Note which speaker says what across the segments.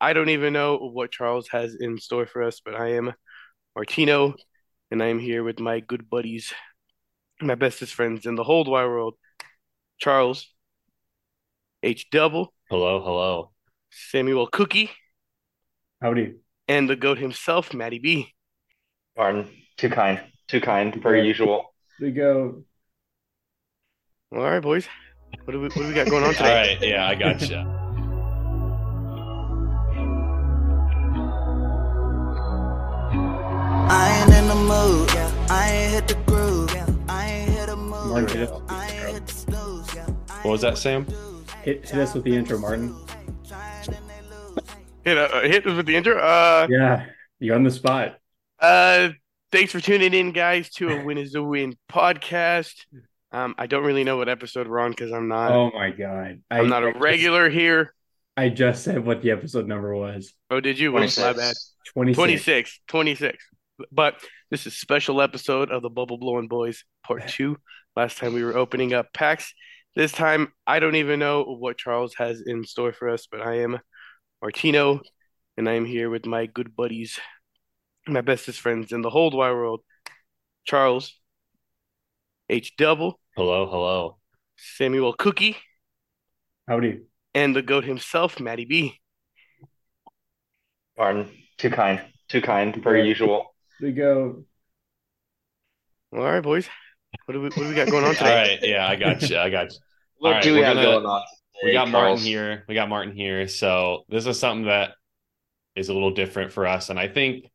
Speaker 1: I don't even know what Charles has in store for us, but I am Martino, and I am here with my good buddies, my bestest friends in the whole wide world, Charles, H Double,
Speaker 2: Hello, hello.
Speaker 1: Samuel Cookie,
Speaker 3: Howdy.
Speaker 1: and the goat himself, Matty B.
Speaker 2: Pardon. Too kind. Too kind, per
Speaker 3: Yeah.
Speaker 2: usual.
Speaker 3: We go.
Speaker 1: All right, boys, what do we what do we got going on
Speaker 2: All
Speaker 1: today?
Speaker 2: right. Yeah, I gotcha.
Speaker 4: I ain't in the mood, yeah. I ain't hit the groove, yeah. I ain't hit a move,
Speaker 3: Martin, hit
Speaker 4: Oh,
Speaker 3: us
Speaker 4: yeah.
Speaker 3: with the
Speaker 4: I ain't
Speaker 3: intro.
Speaker 4: hit the snooze, yeah.
Speaker 2: What was that, Sam?
Speaker 3: Hit, hit us with the intro, Martin.
Speaker 1: Hit, uh, hit us with the intro. Uh,
Speaker 3: Yeah, you're on the spot.
Speaker 1: uh, thanks for tuning in, guys, to a Win Is a Win podcast. Um, I don't really know what episode we're on because I'm not
Speaker 3: Oh my god, I,
Speaker 1: I'm not
Speaker 3: I
Speaker 1: a
Speaker 3: just-
Speaker 1: regular here.
Speaker 3: I just said what the episode number was.
Speaker 1: Oh, did you? Well, my bad.
Speaker 2: 26.
Speaker 3: Twenty six.
Speaker 1: 26 26 but this is special episode of the bubble blowing boys part two last time we were opening up packs this time i don't even know what charles has in store for us but i am martino and i am here with my good buddies my bestest friends in the whole wide world charles h double
Speaker 2: Hello, hello.
Speaker 1: samuel cookie
Speaker 3: Howdy.
Speaker 1: and the goat himself matty b
Speaker 2: Pardon. Too kind. Too kind, per
Speaker 3: Yeah.
Speaker 2: usual.
Speaker 3: We go.
Speaker 1: all right boys what do we, what do we got going
Speaker 2: All
Speaker 1: on today
Speaker 2: right. Yeah, I gotcha. I gotcha.
Speaker 5: What
Speaker 2: All
Speaker 5: do
Speaker 2: right,
Speaker 5: we
Speaker 2: we're
Speaker 5: have
Speaker 2: gonna-
Speaker 5: going on?
Speaker 2: We
Speaker 5: today,
Speaker 2: got Martin
Speaker 5: Charles?
Speaker 2: here. We got Martin here. So this is something that is a little different for us. And I think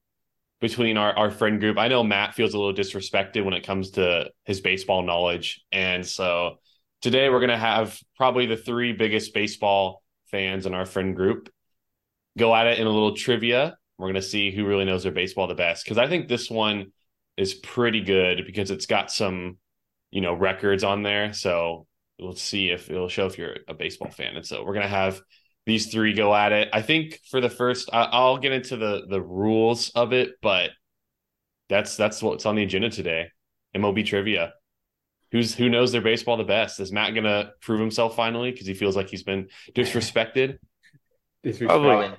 Speaker 2: between our, our friend group, I know Matt feels a little disrespected when it comes to his baseball knowledge. And so today we're going to have probably the three biggest baseball fans in our friend group go at it in a little trivia. We're going to see who really knows their baseball the best. Cause I think this one is pretty good because it's got some, you know, records on there. So we'll see if it'll show if you're a baseball fan. And so we're going to have these three go at it. I think for the first, I, I'll get into the, the rules of it, but that's, that's what's on the agenda today. MLB trivia. Who's, who knows their baseball the best? Is Matt going to prove himself finally? Cause he feels like he's been disrespected.
Speaker 3: Disrespect.
Speaker 1: Probably.
Speaker 5: Probably.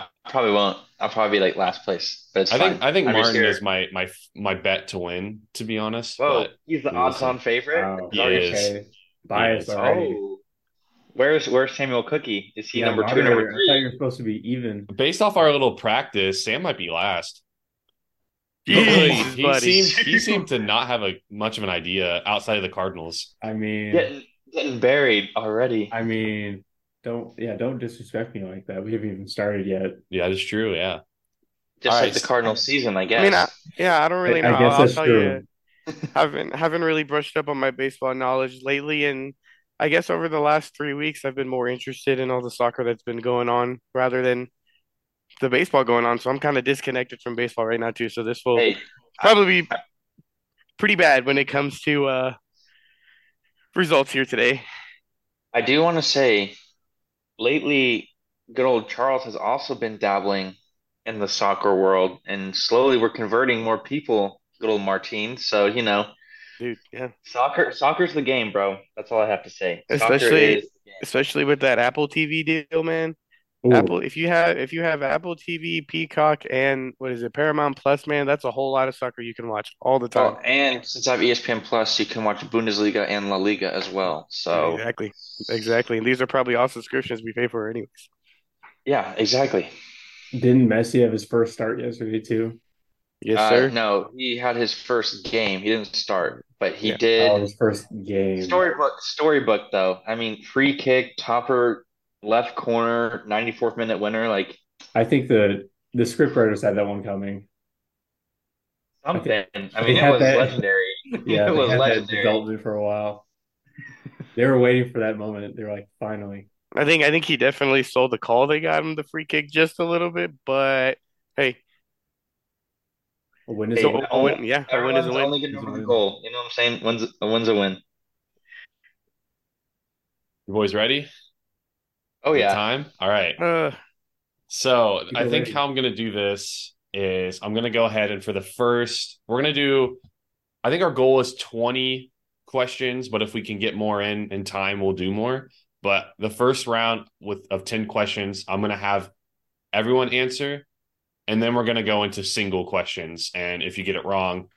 Speaker 5: I probably won't. I'll probably be like last place, but it's
Speaker 2: I
Speaker 5: fine.
Speaker 2: think I think
Speaker 5: I'm just
Speaker 2: Martin
Speaker 5: here.
Speaker 2: is my my my bet to win. To be honest,
Speaker 5: Whoa,
Speaker 2: but
Speaker 5: he's the
Speaker 2: Listen.
Speaker 5: odds-on favorite.
Speaker 3: Wow.
Speaker 2: He is.
Speaker 3: Okay. Bias
Speaker 2: He is.
Speaker 3: already.
Speaker 5: Oh, where's where's Samuel Cookie? Is he
Speaker 3: Yeah,
Speaker 5: number two,
Speaker 3: moderator,
Speaker 5: number
Speaker 3: I thought
Speaker 5: three?
Speaker 3: you were supposed to be even.
Speaker 2: based off our little practice, Sam might be last. Like,
Speaker 1: Jesus,
Speaker 2: he
Speaker 1: buddy.
Speaker 2: seemed he seemed to not have a much of an idea outside of the Cardinals.
Speaker 3: I mean,
Speaker 5: Getting getting buried already.
Speaker 3: I mean, don't yeah, don't disrespect me like that. We haven't even started yet.
Speaker 2: Yeah, that's true. Yeah,
Speaker 5: Just
Speaker 2: all
Speaker 5: like
Speaker 2: right.
Speaker 5: the Cardinals season, I guess.
Speaker 1: I mean, I, yeah, I don't really
Speaker 3: I-
Speaker 1: know.
Speaker 3: I guess
Speaker 1: I'll
Speaker 3: that's
Speaker 1: tell
Speaker 3: true.
Speaker 1: you, haven't haven't really brushed up on my baseball knowledge lately, and I guess over the last three weeks, I've been more interested in all the soccer that's been going on rather than the baseball going on. So I'm kind of disconnected from baseball right now too. So this will
Speaker 5: Hey,
Speaker 1: probably be pretty bad when it comes to uh, results here today.
Speaker 5: I do want to say, lately, good old Charles has also been dabbling in the soccer world, and slowly we're converting more people, good old Martine. So, you know,
Speaker 1: Dude, yeah,
Speaker 5: Soccer, soccer's the game, bro. That's all I have to say. soccer
Speaker 1: Especially-
Speaker 5: is the game.
Speaker 1: especially with that Apple TV deal, man.
Speaker 3: Ooh,
Speaker 1: Apple, if you have if you have Apple TV, Peacock, and what is it, Paramount Plus, man, that's a whole lot of soccer you can watch all the time.
Speaker 5: Oh, and since I have ESPN Plus, you can watch Bundesliga and La Liga as well. So
Speaker 1: Exactly, exactly. And these are probably all subscriptions we pay for anyways.
Speaker 5: yeah, exactly.
Speaker 3: didn't Messi have his first start yesterday too?
Speaker 1: Yes,
Speaker 5: Uh,
Speaker 1: sir.
Speaker 5: no, he had his first game. He didn't start, but he
Speaker 1: Yeah.
Speaker 3: Oh,
Speaker 5: did.
Speaker 3: his first game.
Speaker 5: Storybook, storybook though. I mean, free kick, topper, left corner, 94th minute winner, like
Speaker 3: I think the the scriptwriters had that one coming.
Speaker 5: something. I
Speaker 3: They
Speaker 5: mean, it
Speaker 3: had
Speaker 5: was
Speaker 3: that-
Speaker 5: legendary.
Speaker 3: Yeah,
Speaker 5: it
Speaker 3: they
Speaker 5: was
Speaker 3: had that
Speaker 5: legendary.
Speaker 3: development for a while. They were waiting for that moment. They were like, finally.
Speaker 1: I think I think he definitely sold the call. They got him the free kick just a little bit, but hey,
Speaker 3: A win is
Speaker 5: Hey,
Speaker 3: a
Speaker 1: so
Speaker 3: win.
Speaker 1: a win, yeah, a win is
Speaker 5: Everyone's
Speaker 1: a win.
Speaker 5: only good over the goal. You know what I'm saying? Wins a win's a win.
Speaker 2: you boys ready?
Speaker 5: Oh
Speaker 2: Is it
Speaker 5: yeah.
Speaker 2: time. All right.
Speaker 1: Uh,
Speaker 2: So
Speaker 3: Keep
Speaker 2: I
Speaker 3: it
Speaker 2: think
Speaker 3: ready.
Speaker 2: how I'm gonna do this is I'm gonna go ahead and for the first we're gonna do I think our goal is 20 questions, but if we can get more in in time, we'll do more. But the first round with of 10 questions, I'm gonna have everyone answer, and then we're gonna go into single questions. And if you get it wrong,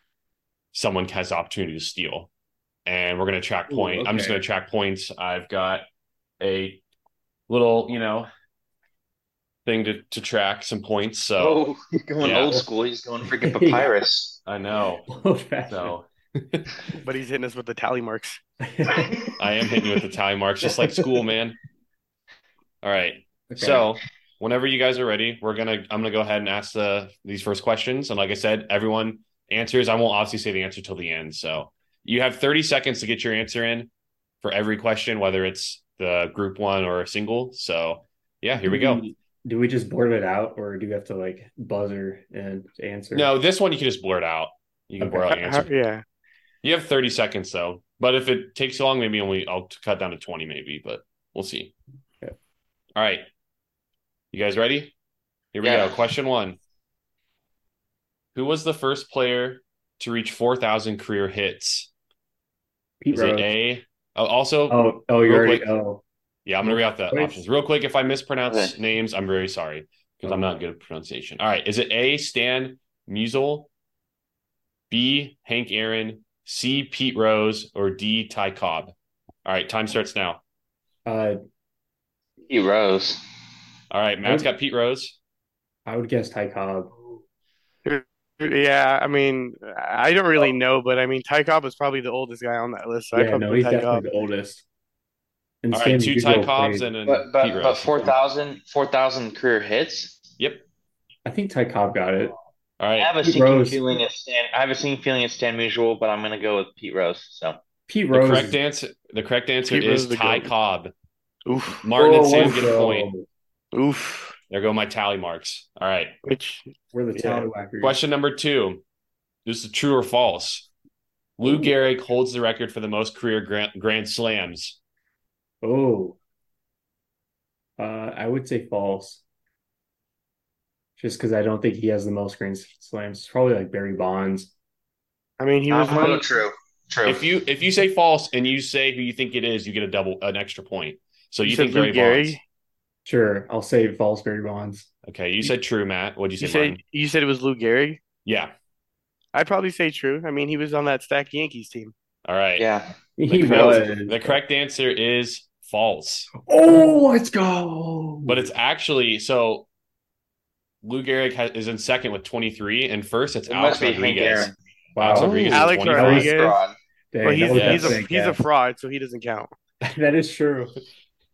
Speaker 2: someone has the opportunity to steal. And we're gonna track
Speaker 3: Ooh,
Speaker 2: point. I'm just
Speaker 3: okay.
Speaker 2: gonna track points. I've got a little, you know, thing to, to track some points. So
Speaker 5: Oh, he's going
Speaker 2: Yeah.
Speaker 5: old school. He's going freaking papyrus.
Speaker 2: I know.
Speaker 3: Old fashioned.
Speaker 2: So
Speaker 1: But he's hitting us with the tally marks.
Speaker 3: Okay.
Speaker 2: I am hitting you with the tally marks, just like school, man. All right. So, whenever you guys are ready, we're gonna I'm gonna go ahead and ask the these first questions. And like I said, everyone answers. I won't obviously say the answer till the end. So you have 30 seconds to get your answer in for every question, whether it's the group one or a single. So yeah, here we
Speaker 3: Mm-hmm.
Speaker 2: go.
Speaker 3: Do we just blurt it out, or do you have to like buzzer and answer?
Speaker 2: No, this one you can just blurt out. You can
Speaker 3: Okay.
Speaker 2: blurt out your
Speaker 1: How-
Speaker 2: answer.
Speaker 1: Uh, Yeah.
Speaker 2: You have 30 seconds though. But if it takes long, maybe only I'll cut down to 20, maybe, but we'll see.
Speaker 3: Okay.
Speaker 2: All right. You guys ready? Here we
Speaker 5: Yeah.
Speaker 2: go. Question one. Who was the first player to reach 4,000 career hits?
Speaker 3: Pete
Speaker 2: Is it
Speaker 3: Rose.
Speaker 2: A? Oh, also,
Speaker 3: Oh, oh, you're
Speaker 2: Real
Speaker 3: already.
Speaker 2: quick.
Speaker 3: Oh,
Speaker 2: yeah, I'm going to read out the
Speaker 3: Wait.
Speaker 2: options real quick. If I mispronounce
Speaker 5: Okay.
Speaker 2: names, I'm very sorry because I'm not good at pronunciation. All right. Is it A, Stan Musial, B, Hank Aaron, C, Pete Rose, or D, Ty Cobb? All right. Time starts now.
Speaker 3: uh,
Speaker 5: He rose.
Speaker 2: All right. Matt's got Pete Rose.
Speaker 3: I would guess Ty Cobb.
Speaker 1: Yeah, I mean, I don't really know, but I mean, Ty Cobb is probably the oldest guy on that list, so I'd
Speaker 3: yeah,
Speaker 1: probably
Speaker 3: no,
Speaker 1: put
Speaker 3: he's
Speaker 1: Ty
Speaker 3: definitely
Speaker 1: Cobb.
Speaker 3: the oldest. And
Speaker 2: All
Speaker 3: Stan
Speaker 2: right. Two
Speaker 3: Musial
Speaker 2: Ty Cobbs
Speaker 3: played-
Speaker 2: and an
Speaker 5: But
Speaker 2: Pete
Speaker 5: but,
Speaker 2: Rose.
Speaker 5: but 4,000 4,000 career hits.
Speaker 3: I think Ty Cobb got it.
Speaker 2: All
Speaker 5: I
Speaker 2: right.
Speaker 5: have a
Speaker 3: Pete
Speaker 5: sinking
Speaker 3: Rose.
Speaker 5: feeling it's Stan. I have a sinking feeling it's Stan Musial, but I'm gonna go with Pete Rose. So
Speaker 3: Pete
Speaker 2: The
Speaker 3: Rose.
Speaker 2: correct answer. The correct answer
Speaker 1: Pete Rose
Speaker 2: is
Speaker 1: is the
Speaker 2: Ty
Speaker 1: goat.
Speaker 2: Cobb.
Speaker 1: Oof,
Speaker 2: Martin and Sam
Speaker 3: Oh,
Speaker 2: get a point.
Speaker 1: oof.
Speaker 2: There go my tally marks. All right.
Speaker 1: Which
Speaker 3: We're the
Speaker 1: Yeah.
Speaker 3: tally whackers.
Speaker 2: Question number two. This is true or false. Lou Gehrig holds the record for the most career grand, grand slams.
Speaker 3: Oh. Uh, I would say false. Just because I don't think he has the most grand slams. It's probably like Barry Bonds.
Speaker 1: I mean, he was
Speaker 5: I'm gonna
Speaker 1: one.
Speaker 5: go true. True.
Speaker 2: If you if you say false and you say who you think it is, you get a double an extra point. So you,
Speaker 1: You said
Speaker 2: think
Speaker 1: Lou
Speaker 2: Barry Bonds.
Speaker 1: Gehrig?
Speaker 3: Sure, I'll say false Barry Bonds.
Speaker 2: Okay, you said true, Matt. What'd you
Speaker 1: You
Speaker 2: say,
Speaker 1: said
Speaker 2: Martin?
Speaker 1: you said it was Lou Gehrig.
Speaker 2: Yeah.
Speaker 1: I'd probably say true. I mean, he was on that stacked Yankees team.
Speaker 2: All right.
Speaker 5: yeah.
Speaker 3: He
Speaker 2: correct-
Speaker 3: was.
Speaker 2: The correct answer is false.
Speaker 3: Oh, let's go.
Speaker 2: But it's actually so Lou Gehrig has, is in second with 23, and first it's
Speaker 5: It
Speaker 2: Alex
Speaker 5: must be Hank
Speaker 2: Rodriguez.
Speaker 5: Aaron.
Speaker 3: wow.
Speaker 2: Alex Rodriguez is
Speaker 1: Alex
Speaker 2: 25.
Speaker 1: Rodriguez.
Speaker 5: Fraud.
Speaker 3: Dang,
Speaker 1: But
Speaker 3: that
Speaker 1: he's
Speaker 3: was
Speaker 2: yeah.
Speaker 1: he's a
Speaker 3: sick,
Speaker 1: he's
Speaker 3: yeah.
Speaker 1: a fraud, so he doesn't count.
Speaker 3: That is true.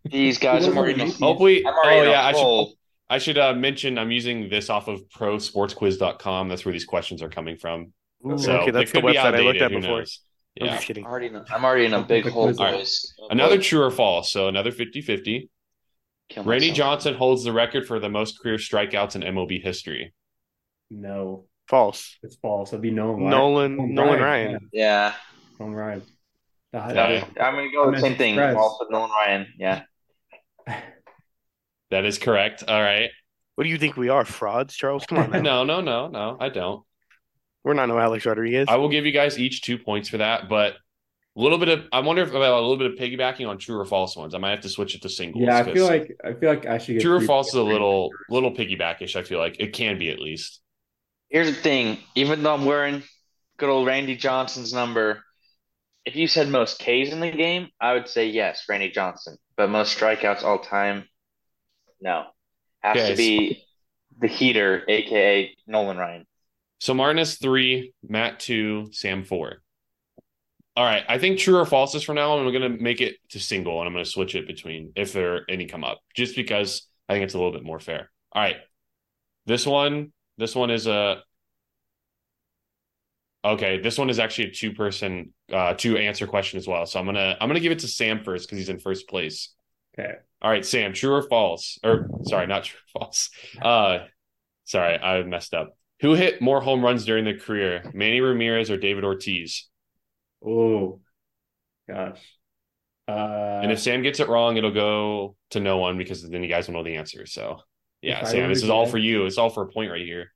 Speaker 5: These guys
Speaker 3: He
Speaker 5: I'm
Speaker 3: wasn't the
Speaker 5: already. in a-
Speaker 3: Yankees.
Speaker 2: Hopefully,
Speaker 5: I'm already
Speaker 2: oh
Speaker 5: in a
Speaker 2: yeah, I should
Speaker 5: hole.
Speaker 2: I should uh, mention I'm using this off of prosportsquiz.com. That's where these questions are coming from. Mm. So
Speaker 1: Mm, okay,
Speaker 2: they
Speaker 1: that's the
Speaker 2: could be
Speaker 1: website I looked
Speaker 2: outdated,
Speaker 1: at
Speaker 2: who
Speaker 1: before.
Speaker 2: knows?
Speaker 1: I'm
Speaker 2: Yeah.
Speaker 1: just kidding.
Speaker 5: I'm already in a, I'm already in a big hole,
Speaker 3: All right.
Speaker 5: boys. Oh,
Speaker 2: Another
Speaker 5: boy.
Speaker 2: true or false. So another 50-50.
Speaker 5: Kill
Speaker 2: Randy
Speaker 5: myself.
Speaker 2: Johnson holds the record for the most career strikeouts in MOB history.
Speaker 3: No,
Speaker 1: False.
Speaker 3: it's false. It'd be Nolan. Ryan.
Speaker 1: Nolan Nolan Ryan.
Speaker 3: Yeah,
Speaker 5: Yeah.
Speaker 3: Nolan Ryan. That-
Speaker 2: Yeah.
Speaker 5: I'm gonna go with the
Speaker 3: I'm
Speaker 5: same thing.
Speaker 3: impressed.
Speaker 5: False with Nolan Ryan. Yeah.
Speaker 2: That is correct. All right.
Speaker 1: What do you think we are, frauds, Charles? Come on, now.
Speaker 2: No, no, no, no. I don't.
Speaker 1: we're not no Alex Rodriguez.
Speaker 2: I will give you guys each two points for that, but a little bit of I wonder if about a little bit of piggybacking on true or false ones. I might have to switch it to singles.
Speaker 3: Yeah, I
Speaker 2: 'cause
Speaker 3: feel like I feel like I should get
Speaker 2: true or
Speaker 3: three
Speaker 2: false is a
Speaker 3: points.
Speaker 2: little little piggybackish. I feel like it can be at least.
Speaker 5: Here's the thing. Even though I'm wearing good old Randy Johnson's number, if you said most Ks in the game, I would say yes, Randy Johnson. But most strikeouts all time, no. Has
Speaker 2: Okay,
Speaker 5: to be the heater, aka Nolan Ryan.
Speaker 2: So Martin is three, Matt two, Sam four. All right, I think true or false is from now on. I'm going to make it to single, and I'm going to switch it between if there are any come up, just because I think it's a little bit more fair. All right, this one, this one is a okay. This one is actually a two person, uh, two answer question as well. So I'm gonna I'm gonna give it to Sam first because he's in first place.
Speaker 3: Okay.
Speaker 2: All right, Sam, true or false? Or sorry, not true or false. Uh, sorry, I messed up. Who hit more home runs during their career, Manny Ramirez or David Ortiz?
Speaker 3: Oh, gosh. Uh,
Speaker 2: and if Sam gets it wrong, it'll go to no one because then you guys will know the answer. So, yeah,
Speaker 3: If I
Speaker 2: Sam,
Speaker 3: were
Speaker 2: this
Speaker 3: to
Speaker 2: is all
Speaker 3: guess-
Speaker 2: for you. It's all for a point right here.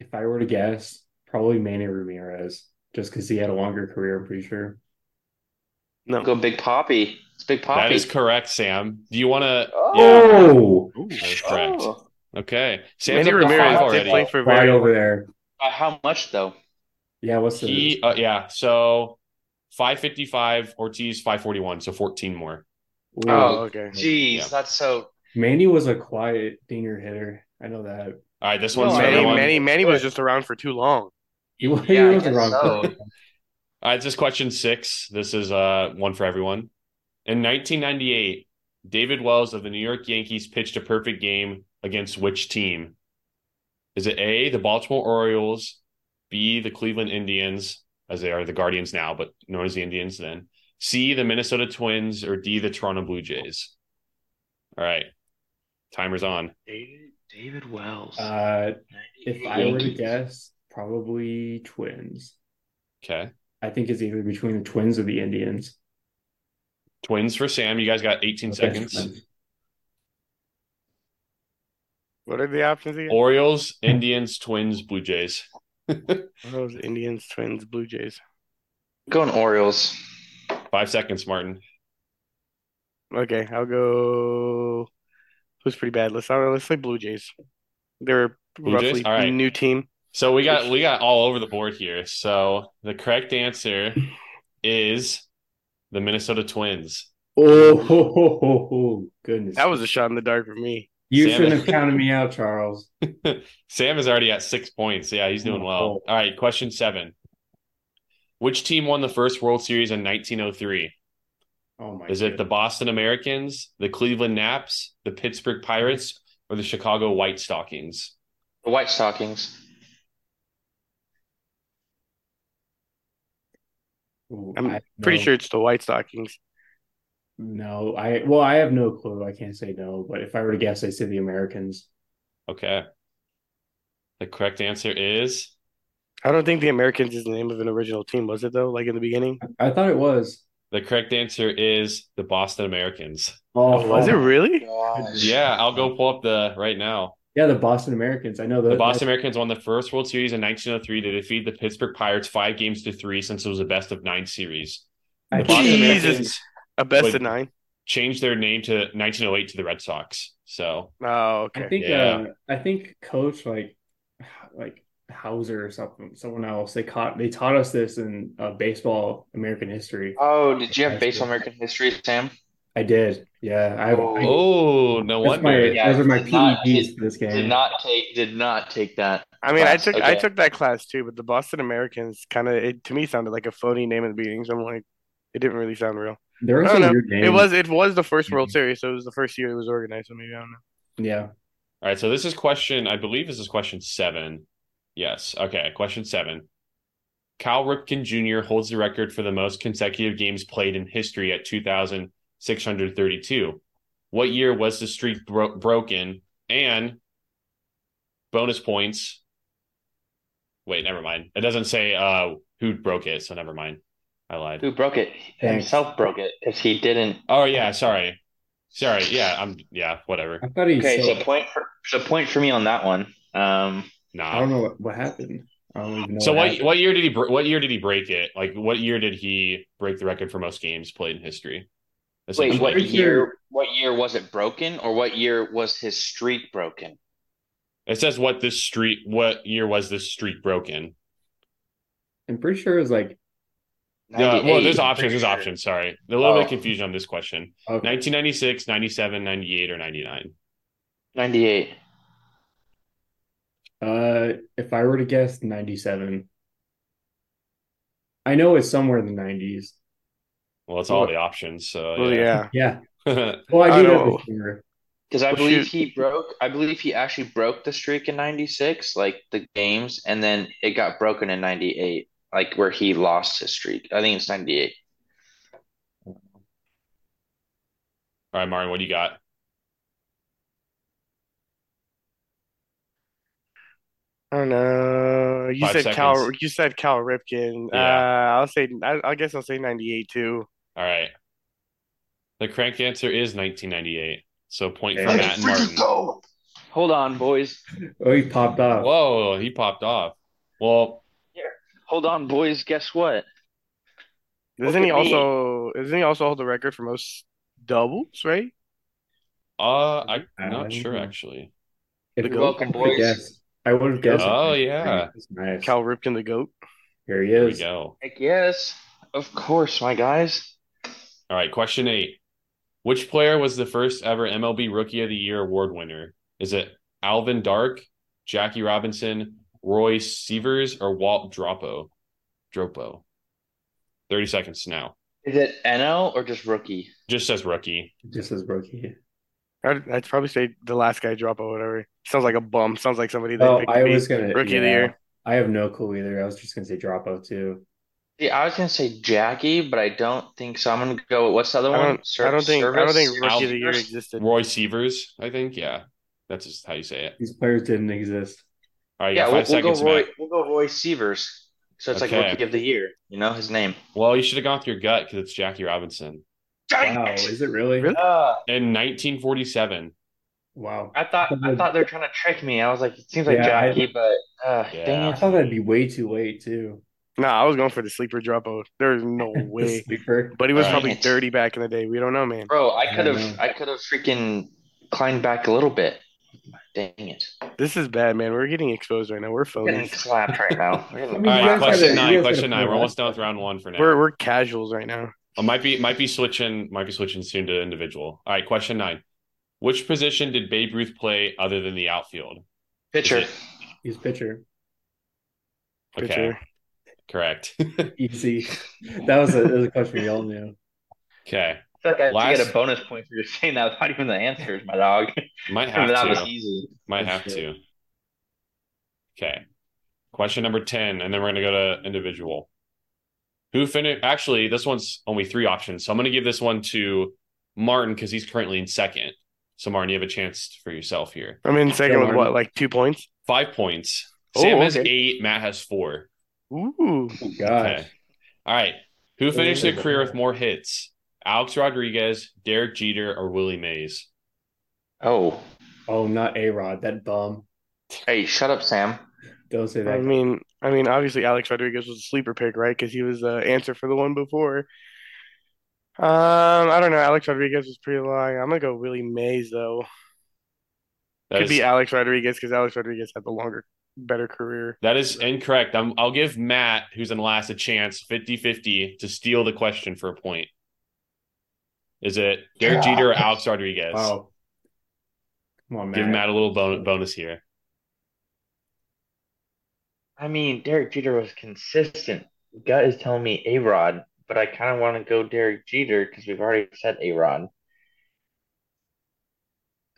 Speaker 3: if I were to guess, probably Manny Ramirez, just because he had a longer career. I'm pretty sure.
Speaker 1: no.
Speaker 5: Go Big Poppy. It's Big Poppy.
Speaker 2: That is correct, Sam. Do you want to?
Speaker 5: Oh.
Speaker 2: Yeah,
Speaker 3: Oh,
Speaker 2: that is correct.
Speaker 5: Oh.
Speaker 2: Okay. Sam's
Speaker 1: Manny
Speaker 2: up to five
Speaker 1: Ramirez did
Speaker 2: already.
Speaker 1: play for
Speaker 3: Right
Speaker 1: very
Speaker 3: over there.
Speaker 5: By how much though?
Speaker 3: Yeah, what's the
Speaker 2: He, uh, yeah. So 555, Ortiz 541. So 14 more.
Speaker 3: Ooh.
Speaker 1: Oh, okay.
Speaker 5: Jeez,
Speaker 2: Mhm. Yeah.
Speaker 5: that's so.
Speaker 3: Manny was a quiet dinger hitter. I know that.
Speaker 2: All right. This
Speaker 5: No,
Speaker 2: one's
Speaker 5: I
Speaker 1: Oh, Manny,
Speaker 2: another one.
Speaker 1: Manny, Manny was just around for too long.
Speaker 3: He, was he
Speaker 5: Yeah, I
Speaker 3: was the
Speaker 5: guess
Speaker 3: wrong
Speaker 5: so.
Speaker 2: All right. This is question six. This is uh one for everyone. In 1998, David Wells of the New York Yankees pitched a perfect game against which team? Is it A, the Baltimore Orioles, B, the Cleveland Indians, as they are the Guardians now, but known as the Indians then, C, the Minnesota Twins, or D, the Toronto Blue Jays? All right. Timer's on.
Speaker 5: David, David Wells.
Speaker 3: Uh, if I were to
Speaker 5: Yankees.
Speaker 3: guess, probably Twins.
Speaker 2: Okay.
Speaker 3: I think it's either between the Twins or the Indians.
Speaker 2: Twins for Sam. You guys got 18
Speaker 3: Okay,
Speaker 2: seconds.
Speaker 3: Twins.
Speaker 1: What are the options again?
Speaker 2: Orioles, Indians, Twins, Blue Jays.
Speaker 1: What are those Indians, Twins, Blue Jays.
Speaker 5: going Orioles.
Speaker 2: Five seconds, Martin.
Speaker 1: Okay, I'll go. It was pretty bad. Let's let's say Blue Jays. They're
Speaker 2: Blue Jays?
Speaker 1: roughly
Speaker 2: All right.
Speaker 1: new team.
Speaker 2: So we got we got all over the board here. So the correct answer is the Minnesota Twins.
Speaker 3: Oh, ho, ho, ho, ho. Oh, goodness.
Speaker 1: That was a shot in the dark for me.
Speaker 3: you
Speaker 2: Sam-
Speaker 3: shouldn't have counted me out, Charles.
Speaker 2: Sam is already at six points. Yeah, he's doing well. All right, question seven. Which team won the first World Series in 1903?
Speaker 3: Oh my
Speaker 2: Is it the Boston Americans, the Cleveland Naps, the Pittsburgh Pirates, or the Chicago White Stockings?
Speaker 5: The White Stockings.
Speaker 3: Ooh,
Speaker 1: I'm
Speaker 3: I-
Speaker 1: Pretty
Speaker 3: no.
Speaker 1: sure it's the White Stockings.
Speaker 3: No, I well, I have no clue. I can't say no, but if I were to guess, I'd say the Americans.
Speaker 2: Okay. The correct answer is
Speaker 1: I don't think the Americans is the name of an original team, was it though? Like in the beginning?
Speaker 3: I thought it was.
Speaker 2: the correct answer is the Boston Americans.
Speaker 3: Oh,
Speaker 1: Was it really?
Speaker 2: Yeah, I'll go pull up the right now.
Speaker 3: Yeah, the Boston Americans. I know
Speaker 2: The
Speaker 3: that-
Speaker 2: Boston Americans won the first World Series in 1903 to defeat the Pittsburgh Pirates five games to three since it was a best of nine series.
Speaker 3: I
Speaker 2: The Boston
Speaker 1: Jesus.
Speaker 2: Americans
Speaker 1: A best
Speaker 2: Wait.
Speaker 1: of nine.
Speaker 2: changed their name to 1908 to the Red Sox. So
Speaker 1: Oh,
Speaker 3: I
Speaker 1: okay.
Speaker 3: think
Speaker 2: Yeah.
Speaker 3: uh, I think coach like like Hauser or something someone else they caught they taught us this in uh, baseball American history.
Speaker 5: Oh, did you have baseball American history, Sam?
Speaker 3: I did, yeah. I,
Speaker 5: Oh.
Speaker 3: I
Speaker 2: oh no
Speaker 3: that's my,
Speaker 2: wonder.
Speaker 5: Yeah,
Speaker 3: those are my
Speaker 5: did not-
Speaker 3: PEDs for this
Speaker 5: Did
Speaker 3: game.
Speaker 5: not take. Did not take that.
Speaker 1: I mean, I
Speaker 5: class,
Speaker 1: took I
Speaker 5: okay.
Speaker 1: took that class too, but the Boston Americans kind of it to me sounded like a phony name in the beginning. So I'm like, it didn't really sound real.
Speaker 3: there are
Speaker 1: I
Speaker 3: some
Speaker 1: don't know.
Speaker 3: weird names.
Speaker 1: It was it was the first World
Speaker 3: Mhm.
Speaker 1: Series, so it was the first year it was organized. So maybe I don't know.
Speaker 3: yeah.
Speaker 2: All right, so this is question. I believe this is question seven. Yes. Okay, question seven. Cal Ripken Jr. holds the record for the most consecutive games played in history at 2,632. What year was the streak bro- broken? And bonus points. Wait, never mind. It doesn't say uh, who broke it, so never mind. I lied.
Speaker 5: Who broke it?
Speaker 3: Thanks.
Speaker 5: Himself broke it. If he didn't.
Speaker 2: Oh yeah, sorry. Sorry. Yeah, I'm. Yeah, whatever.
Speaker 3: I thought he.
Speaker 5: Okay,
Speaker 3: so-
Speaker 5: so point for so point for me on that one.
Speaker 3: I
Speaker 5: Um,
Speaker 2: Nah.
Speaker 3: don't know what, what happened. I don't even know.
Speaker 2: So what
Speaker 3: happened.
Speaker 2: what year did he br- what year did he break it? Like what year did he break the record for most games played in history?
Speaker 5: wait, what
Speaker 2: Essentially.
Speaker 3: pretty
Speaker 5: year?
Speaker 3: sure-
Speaker 5: What year was it broken, or what year was his streak broken?
Speaker 2: It says what this street what year was this streak broken?
Speaker 3: I'm pretty sure it was like.
Speaker 2: Yeah, Uh, well,
Speaker 5: 98,
Speaker 2: there's
Speaker 5: I'm
Speaker 2: options.
Speaker 5: pretty
Speaker 2: There's
Speaker 5: sure.
Speaker 2: options. Sorry, a little bit
Speaker 5: Oh.
Speaker 2: of confusion on this question.
Speaker 3: Okay.
Speaker 2: 1996, 97, 98, or 99.
Speaker 5: 98.
Speaker 3: Uh, if I were to guess, 97. I know it's somewhere in the 90s.
Speaker 2: Well, it's all
Speaker 1: Well-
Speaker 2: the options. So
Speaker 1: Well, yeah.
Speaker 3: Yeah.
Speaker 2: yeah.
Speaker 3: Well, I
Speaker 1: I
Speaker 3: do know
Speaker 1: know.
Speaker 3: for sure.
Speaker 5: Because I
Speaker 1: Well,
Speaker 5: believe
Speaker 1: shoot.
Speaker 5: he broke, I believe he actually broke the streak in 96, like the games, and then it got broken in 98, like where he lost his streak. I think it's 98.
Speaker 2: all right, Martin, what do you got?
Speaker 1: I don't know. You
Speaker 2: Five
Speaker 1: said Cal.
Speaker 2: seconds.
Speaker 1: You said Cal Ripken.
Speaker 2: Yeah.
Speaker 1: Uh, I'll say. I, I guess I'll say ninety-eight too.
Speaker 2: All right. The correct answer is 1998. So point for
Speaker 3: Okay.
Speaker 2: Matt and Martin.
Speaker 5: Hold on, boys.
Speaker 3: Oh, he popped off.
Speaker 2: Whoa, he popped off. Well,
Speaker 5: Hold on, boys. Guess what?
Speaker 1: Doesn't he
Speaker 5: at me.
Speaker 1: also? Doesn't he also hold the record for most doubles? Right?
Speaker 2: uh, I'm
Speaker 3: I
Speaker 2: not
Speaker 3: don't
Speaker 2: sure
Speaker 3: know.
Speaker 2: actually.
Speaker 3: If
Speaker 1: The
Speaker 3: it
Speaker 1: goat?
Speaker 3: was-
Speaker 5: Welcome,
Speaker 3: I would've
Speaker 5: boys.
Speaker 3: guessed- I would have guessed.
Speaker 2: Oh, yeah.
Speaker 3: Nice.
Speaker 1: Cal Ripken, the goat.
Speaker 3: Here he
Speaker 2: There we
Speaker 3: is.
Speaker 2: go.
Speaker 5: Heck yes. Of course, my guys.
Speaker 2: All right, question eight. Which player was the first ever MLB Rookie of the Year award winner? Is it Alvin Dark, Jackie Robinson, Roy Severs, or Walt Dropo? Dropo. 30 seconds now.
Speaker 5: Is it NL or just rookie?
Speaker 2: Just says rookie.
Speaker 3: Just as rookie.
Speaker 1: I'd, I'd probably say the last guy drop or whatever. Sounds like a bum. Sounds like somebody they
Speaker 3: Oh,
Speaker 1: picked to
Speaker 3: I
Speaker 1: be
Speaker 3: was gonna
Speaker 1: rookie of the
Speaker 3: yeah.
Speaker 1: year.
Speaker 3: I have no clue either. I was just gonna say dropout too.
Speaker 5: Yeah, I was gonna say Jackie, but I don't think so. I'm gonna go with what's the other
Speaker 1: I
Speaker 5: one?
Speaker 1: don't. I don't think. I don't think
Speaker 5: Service?
Speaker 1: rookie of the year
Speaker 5: Service?
Speaker 1: existed.
Speaker 2: Roy Severs, I think. Yeah. That's just how you say it.
Speaker 3: These players didn't exist.
Speaker 2: All right, you
Speaker 5: Yeah,
Speaker 2: got
Speaker 5: we'll,
Speaker 2: 5
Speaker 5: we'll go
Speaker 2: seconds
Speaker 5: Roy.
Speaker 2: back.
Speaker 5: We'll go Roy Severs. So it's
Speaker 2: Okay.
Speaker 5: like rookie of the year. You know his name.
Speaker 2: Well, you should have gone with your gut because it's Jackie Robinson.
Speaker 5: Dang
Speaker 3: Wow,
Speaker 5: it!
Speaker 3: is it really?
Speaker 1: Really?
Speaker 5: Uh,
Speaker 2: In 1947.
Speaker 3: Wow.
Speaker 5: I thought I thought they were trying to trick me. I was like, it seems like
Speaker 3: Uh, Yeah, I-
Speaker 5: Jackie, but uh,
Speaker 2: Yeah.
Speaker 5: dang
Speaker 3: I
Speaker 5: it.
Speaker 3: thought that'd be way too late too.
Speaker 1: Nah, I was going for the sleeper dropout. There's no
Speaker 3: The
Speaker 1: way.
Speaker 3: sleeper.
Speaker 1: But he was
Speaker 2: All
Speaker 1: probably
Speaker 5: right.
Speaker 1: dirty back in the day. We don't know, man.
Speaker 5: Bro, I could
Speaker 3: I
Speaker 5: have
Speaker 3: know.
Speaker 5: I could have freaking climbed back a little bit. Dang it.
Speaker 1: This is bad, man. We're getting exposed right now. We're
Speaker 5: I'm getting
Speaker 1: phonies.
Speaker 5: clapped right now. We're getting
Speaker 3: I mean,
Speaker 2: All
Speaker 3: you
Speaker 2: right,
Speaker 3: guys
Speaker 5: clapped.
Speaker 2: question
Speaker 3: had a-
Speaker 2: nine.
Speaker 3: you guys had a
Speaker 2: Question nine.
Speaker 3: point
Speaker 2: We're almost
Speaker 3: last
Speaker 2: done with
Speaker 3: time.
Speaker 2: round one for now.
Speaker 1: We're we're casuals right now.
Speaker 2: I Uh, might be might be switching might be switching soon to individual. All right, question nine. Which position did Babe Ruth play other than the outfield?
Speaker 5: Pitcher.
Speaker 3: He's pitcher.
Speaker 2: Okay,
Speaker 1: Pitcher.
Speaker 2: correct.
Speaker 3: Easy. That was a that was a question we all knew.
Speaker 2: okay,
Speaker 5: I feel like I
Speaker 2: Last-
Speaker 5: get a bonus point for just saying that without even the answers, my dog.
Speaker 2: might have
Speaker 5: that was
Speaker 2: to,
Speaker 5: easy.
Speaker 2: might have to. Okay, question number ten, and then we're gonna go to individual. Who finished? Actually, this one's only three options, so I'm gonna give this one to Martin because he's currently in second. So Martin, you have a chance for yourself here.
Speaker 1: I'm in second
Speaker 3: Joe
Speaker 1: with what,
Speaker 3: Harden.
Speaker 1: like two points?
Speaker 2: Five points.
Speaker 1: Oh,
Speaker 2: Sam has
Speaker 1: okay.
Speaker 2: eight. Matt has four.
Speaker 1: Ooh.
Speaker 3: Oh gosh.
Speaker 2: Okay. All right. Who finished their career with more hits? Alex Rodriguez, Derek Jeter, or Willie Mays?
Speaker 5: Oh.
Speaker 3: Oh not A Rod, that bum.
Speaker 5: Hey, shut up, Sam.
Speaker 3: Don't say
Speaker 1: I
Speaker 3: that.
Speaker 1: mean, I mean, obviously Alex Rodriguez was a sleeper pick, right? Because he was the answer for the one before. Um, I don't know. Alex Rodriguez was pretty long. I'm gonna go Willie Mays though.
Speaker 2: That
Speaker 1: Could
Speaker 2: is,
Speaker 1: be Alex Rodriguez because Alex Rodriguez had the longer, better career.
Speaker 2: that is incorrect. I'm, I'll give Matt, who's in last, a chance 50 50 to steal the question for a point. Is it Derek
Speaker 5: Yeah.
Speaker 2: Jeter or Alex Rodriguez?
Speaker 3: Wow. Come on,
Speaker 2: Give
Speaker 3: Oh, man.
Speaker 2: Matt a little bon- bonus here.
Speaker 5: I mean, Derek Jeter was consistent. Gut is telling me A Rod, but I kind of want to go Derek Jeter because we've already said A Rod.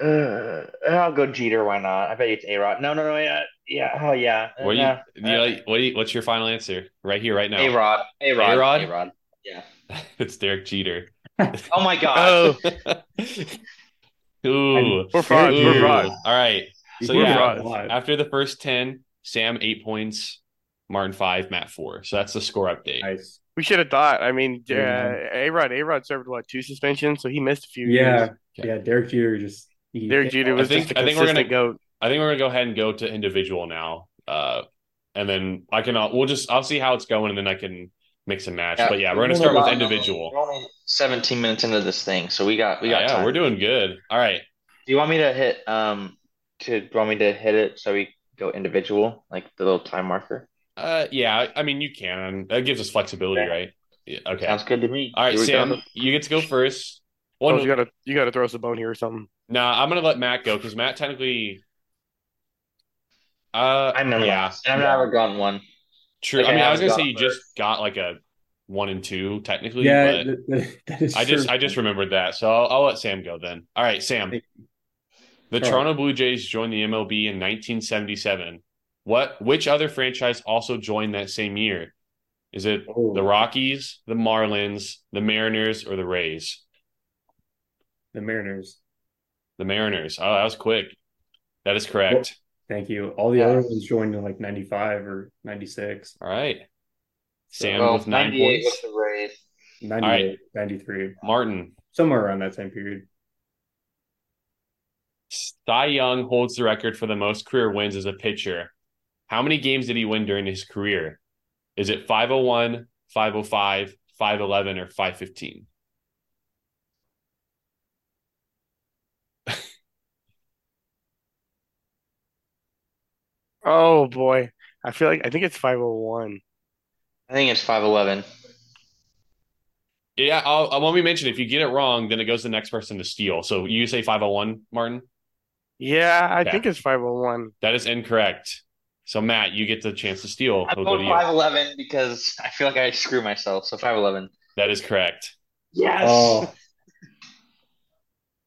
Speaker 5: Uh, I'll go Jeter. Why not? I bet you it's A Rod. No, no, no. Yeah, yeah. Oh, yeah.
Speaker 2: What do you,
Speaker 5: no,
Speaker 2: do you like- what do you- what's your final answer? Right here, right now.
Speaker 5: A Rod. A Rod.
Speaker 2: A-Rod?
Speaker 5: A Rod. Yeah.
Speaker 2: it's Derek Jeter.
Speaker 5: Oh my God.
Speaker 1: Oh,
Speaker 2: Ooh.
Speaker 1: we're frauds.
Speaker 2: Ooh.
Speaker 1: We're frauds.
Speaker 2: All right. So,
Speaker 1: We're
Speaker 2: yeah,
Speaker 1: frauds.
Speaker 2: After the first 10, Sam eight points, Martin five, Matt four. So that's the score update.
Speaker 3: Nice.
Speaker 1: We should have thought. I mean, uh,
Speaker 3: Yeah.
Speaker 1: A-Rod, A-Rod served what, two suspensions, so he missed a few
Speaker 3: Yeah.
Speaker 1: years.
Speaker 2: Okay.
Speaker 3: Yeah, Derek Jeter just he
Speaker 1: Derek Jeter was
Speaker 2: I think-
Speaker 1: just a
Speaker 2: I think we're
Speaker 1: consistent goat.
Speaker 2: I think we're gonna go ahead and go to individual now. Uh and then I can uh, we'll just I'll see how it's going and then I can mix and match. but yeah, we're gonna start with individual.
Speaker 5: We're only 17 minutes into this thing, so we got we got
Speaker 2: yeah,
Speaker 5: time.
Speaker 2: we're doing good. All right.
Speaker 5: Do you want me to hit um to do you want me to hit it so we go individual, like the little time marker?
Speaker 2: Uh yeah, I mean you can. That gives us flexibility,
Speaker 5: Okay.
Speaker 2: right? Yeah, okay.
Speaker 5: Sounds good to me.
Speaker 2: All right,
Speaker 5: Here we
Speaker 2: Sam,
Speaker 5: go.
Speaker 2: you get to go first.
Speaker 1: Oh,
Speaker 2: Well,
Speaker 1: you
Speaker 2: no,
Speaker 1: gotta you gotta throw us a bone here or something.
Speaker 2: nah, I'm gonna let Matt go because Matt technically uh
Speaker 5: I'm in
Speaker 2: yeah.
Speaker 5: last. I've never gotten one.
Speaker 2: True.
Speaker 5: Like,
Speaker 2: I
Speaker 5: I
Speaker 2: mean, I was gonna
Speaker 5: haven't
Speaker 2: say
Speaker 5: got
Speaker 2: you just got like a one and two technically,
Speaker 3: Yeah,
Speaker 2: but
Speaker 3: th- th- that is
Speaker 2: I just
Speaker 3: true.
Speaker 2: I just remembered that, so I'll, I'll let Sam go then. All right, Sam.
Speaker 3: Thank
Speaker 2: The
Speaker 3: Sure.
Speaker 2: Toronto Blue Jays joined the MLB in 1977. What? Which other franchise also joined that same year? Is it
Speaker 3: Oh,
Speaker 2: the Rockies, the Marlins, the Mariners, or the Rays?
Speaker 3: the Mariners.
Speaker 2: The Mariners. Oh, that was quick. That is correct.
Speaker 3: Thank you. All the
Speaker 5: Yeah.
Speaker 3: other ones joined in like 95 or 96,
Speaker 2: All right, Sam
Speaker 5: Well,
Speaker 2: with nine
Speaker 5: 98
Speaker 2: points.
Speaker 5: with the Rays.
Speaker 3: 98, 93,
Speaker 2: Martin.
Speaker 3: somewhere around that time period.
Speaker 2: Cy Young holds the record for the most career wins as a pitcher. How many games did he win during his career? Is it 501, 505, 511, or 515?
Speaker 1: Oh boy. I feel like I think it's 501.
Speaker 5: I think it's 5'11.
Speaker 2: Yeah, I'll, I won't be mentioned. If you get it wrong, then it goes to the next person to steal. So you say 501, Martin?
Speaker 1: Yeah, I
Speaker 2: Yeah.
Speaker 1: think it's 501.
Speaker 2: That is incorrect. So Matt, you get the chance to steal.
Speaker 5: I'm
Speaker 2: We'll go to
Speaker 5: going
Speaker 2: you.
Speaker 5: 5'11 because I feel like I screw myself. So 5'11.
Speaker 2: That is correct.
Speaker 5: Yes.
Speaker 3: Oh,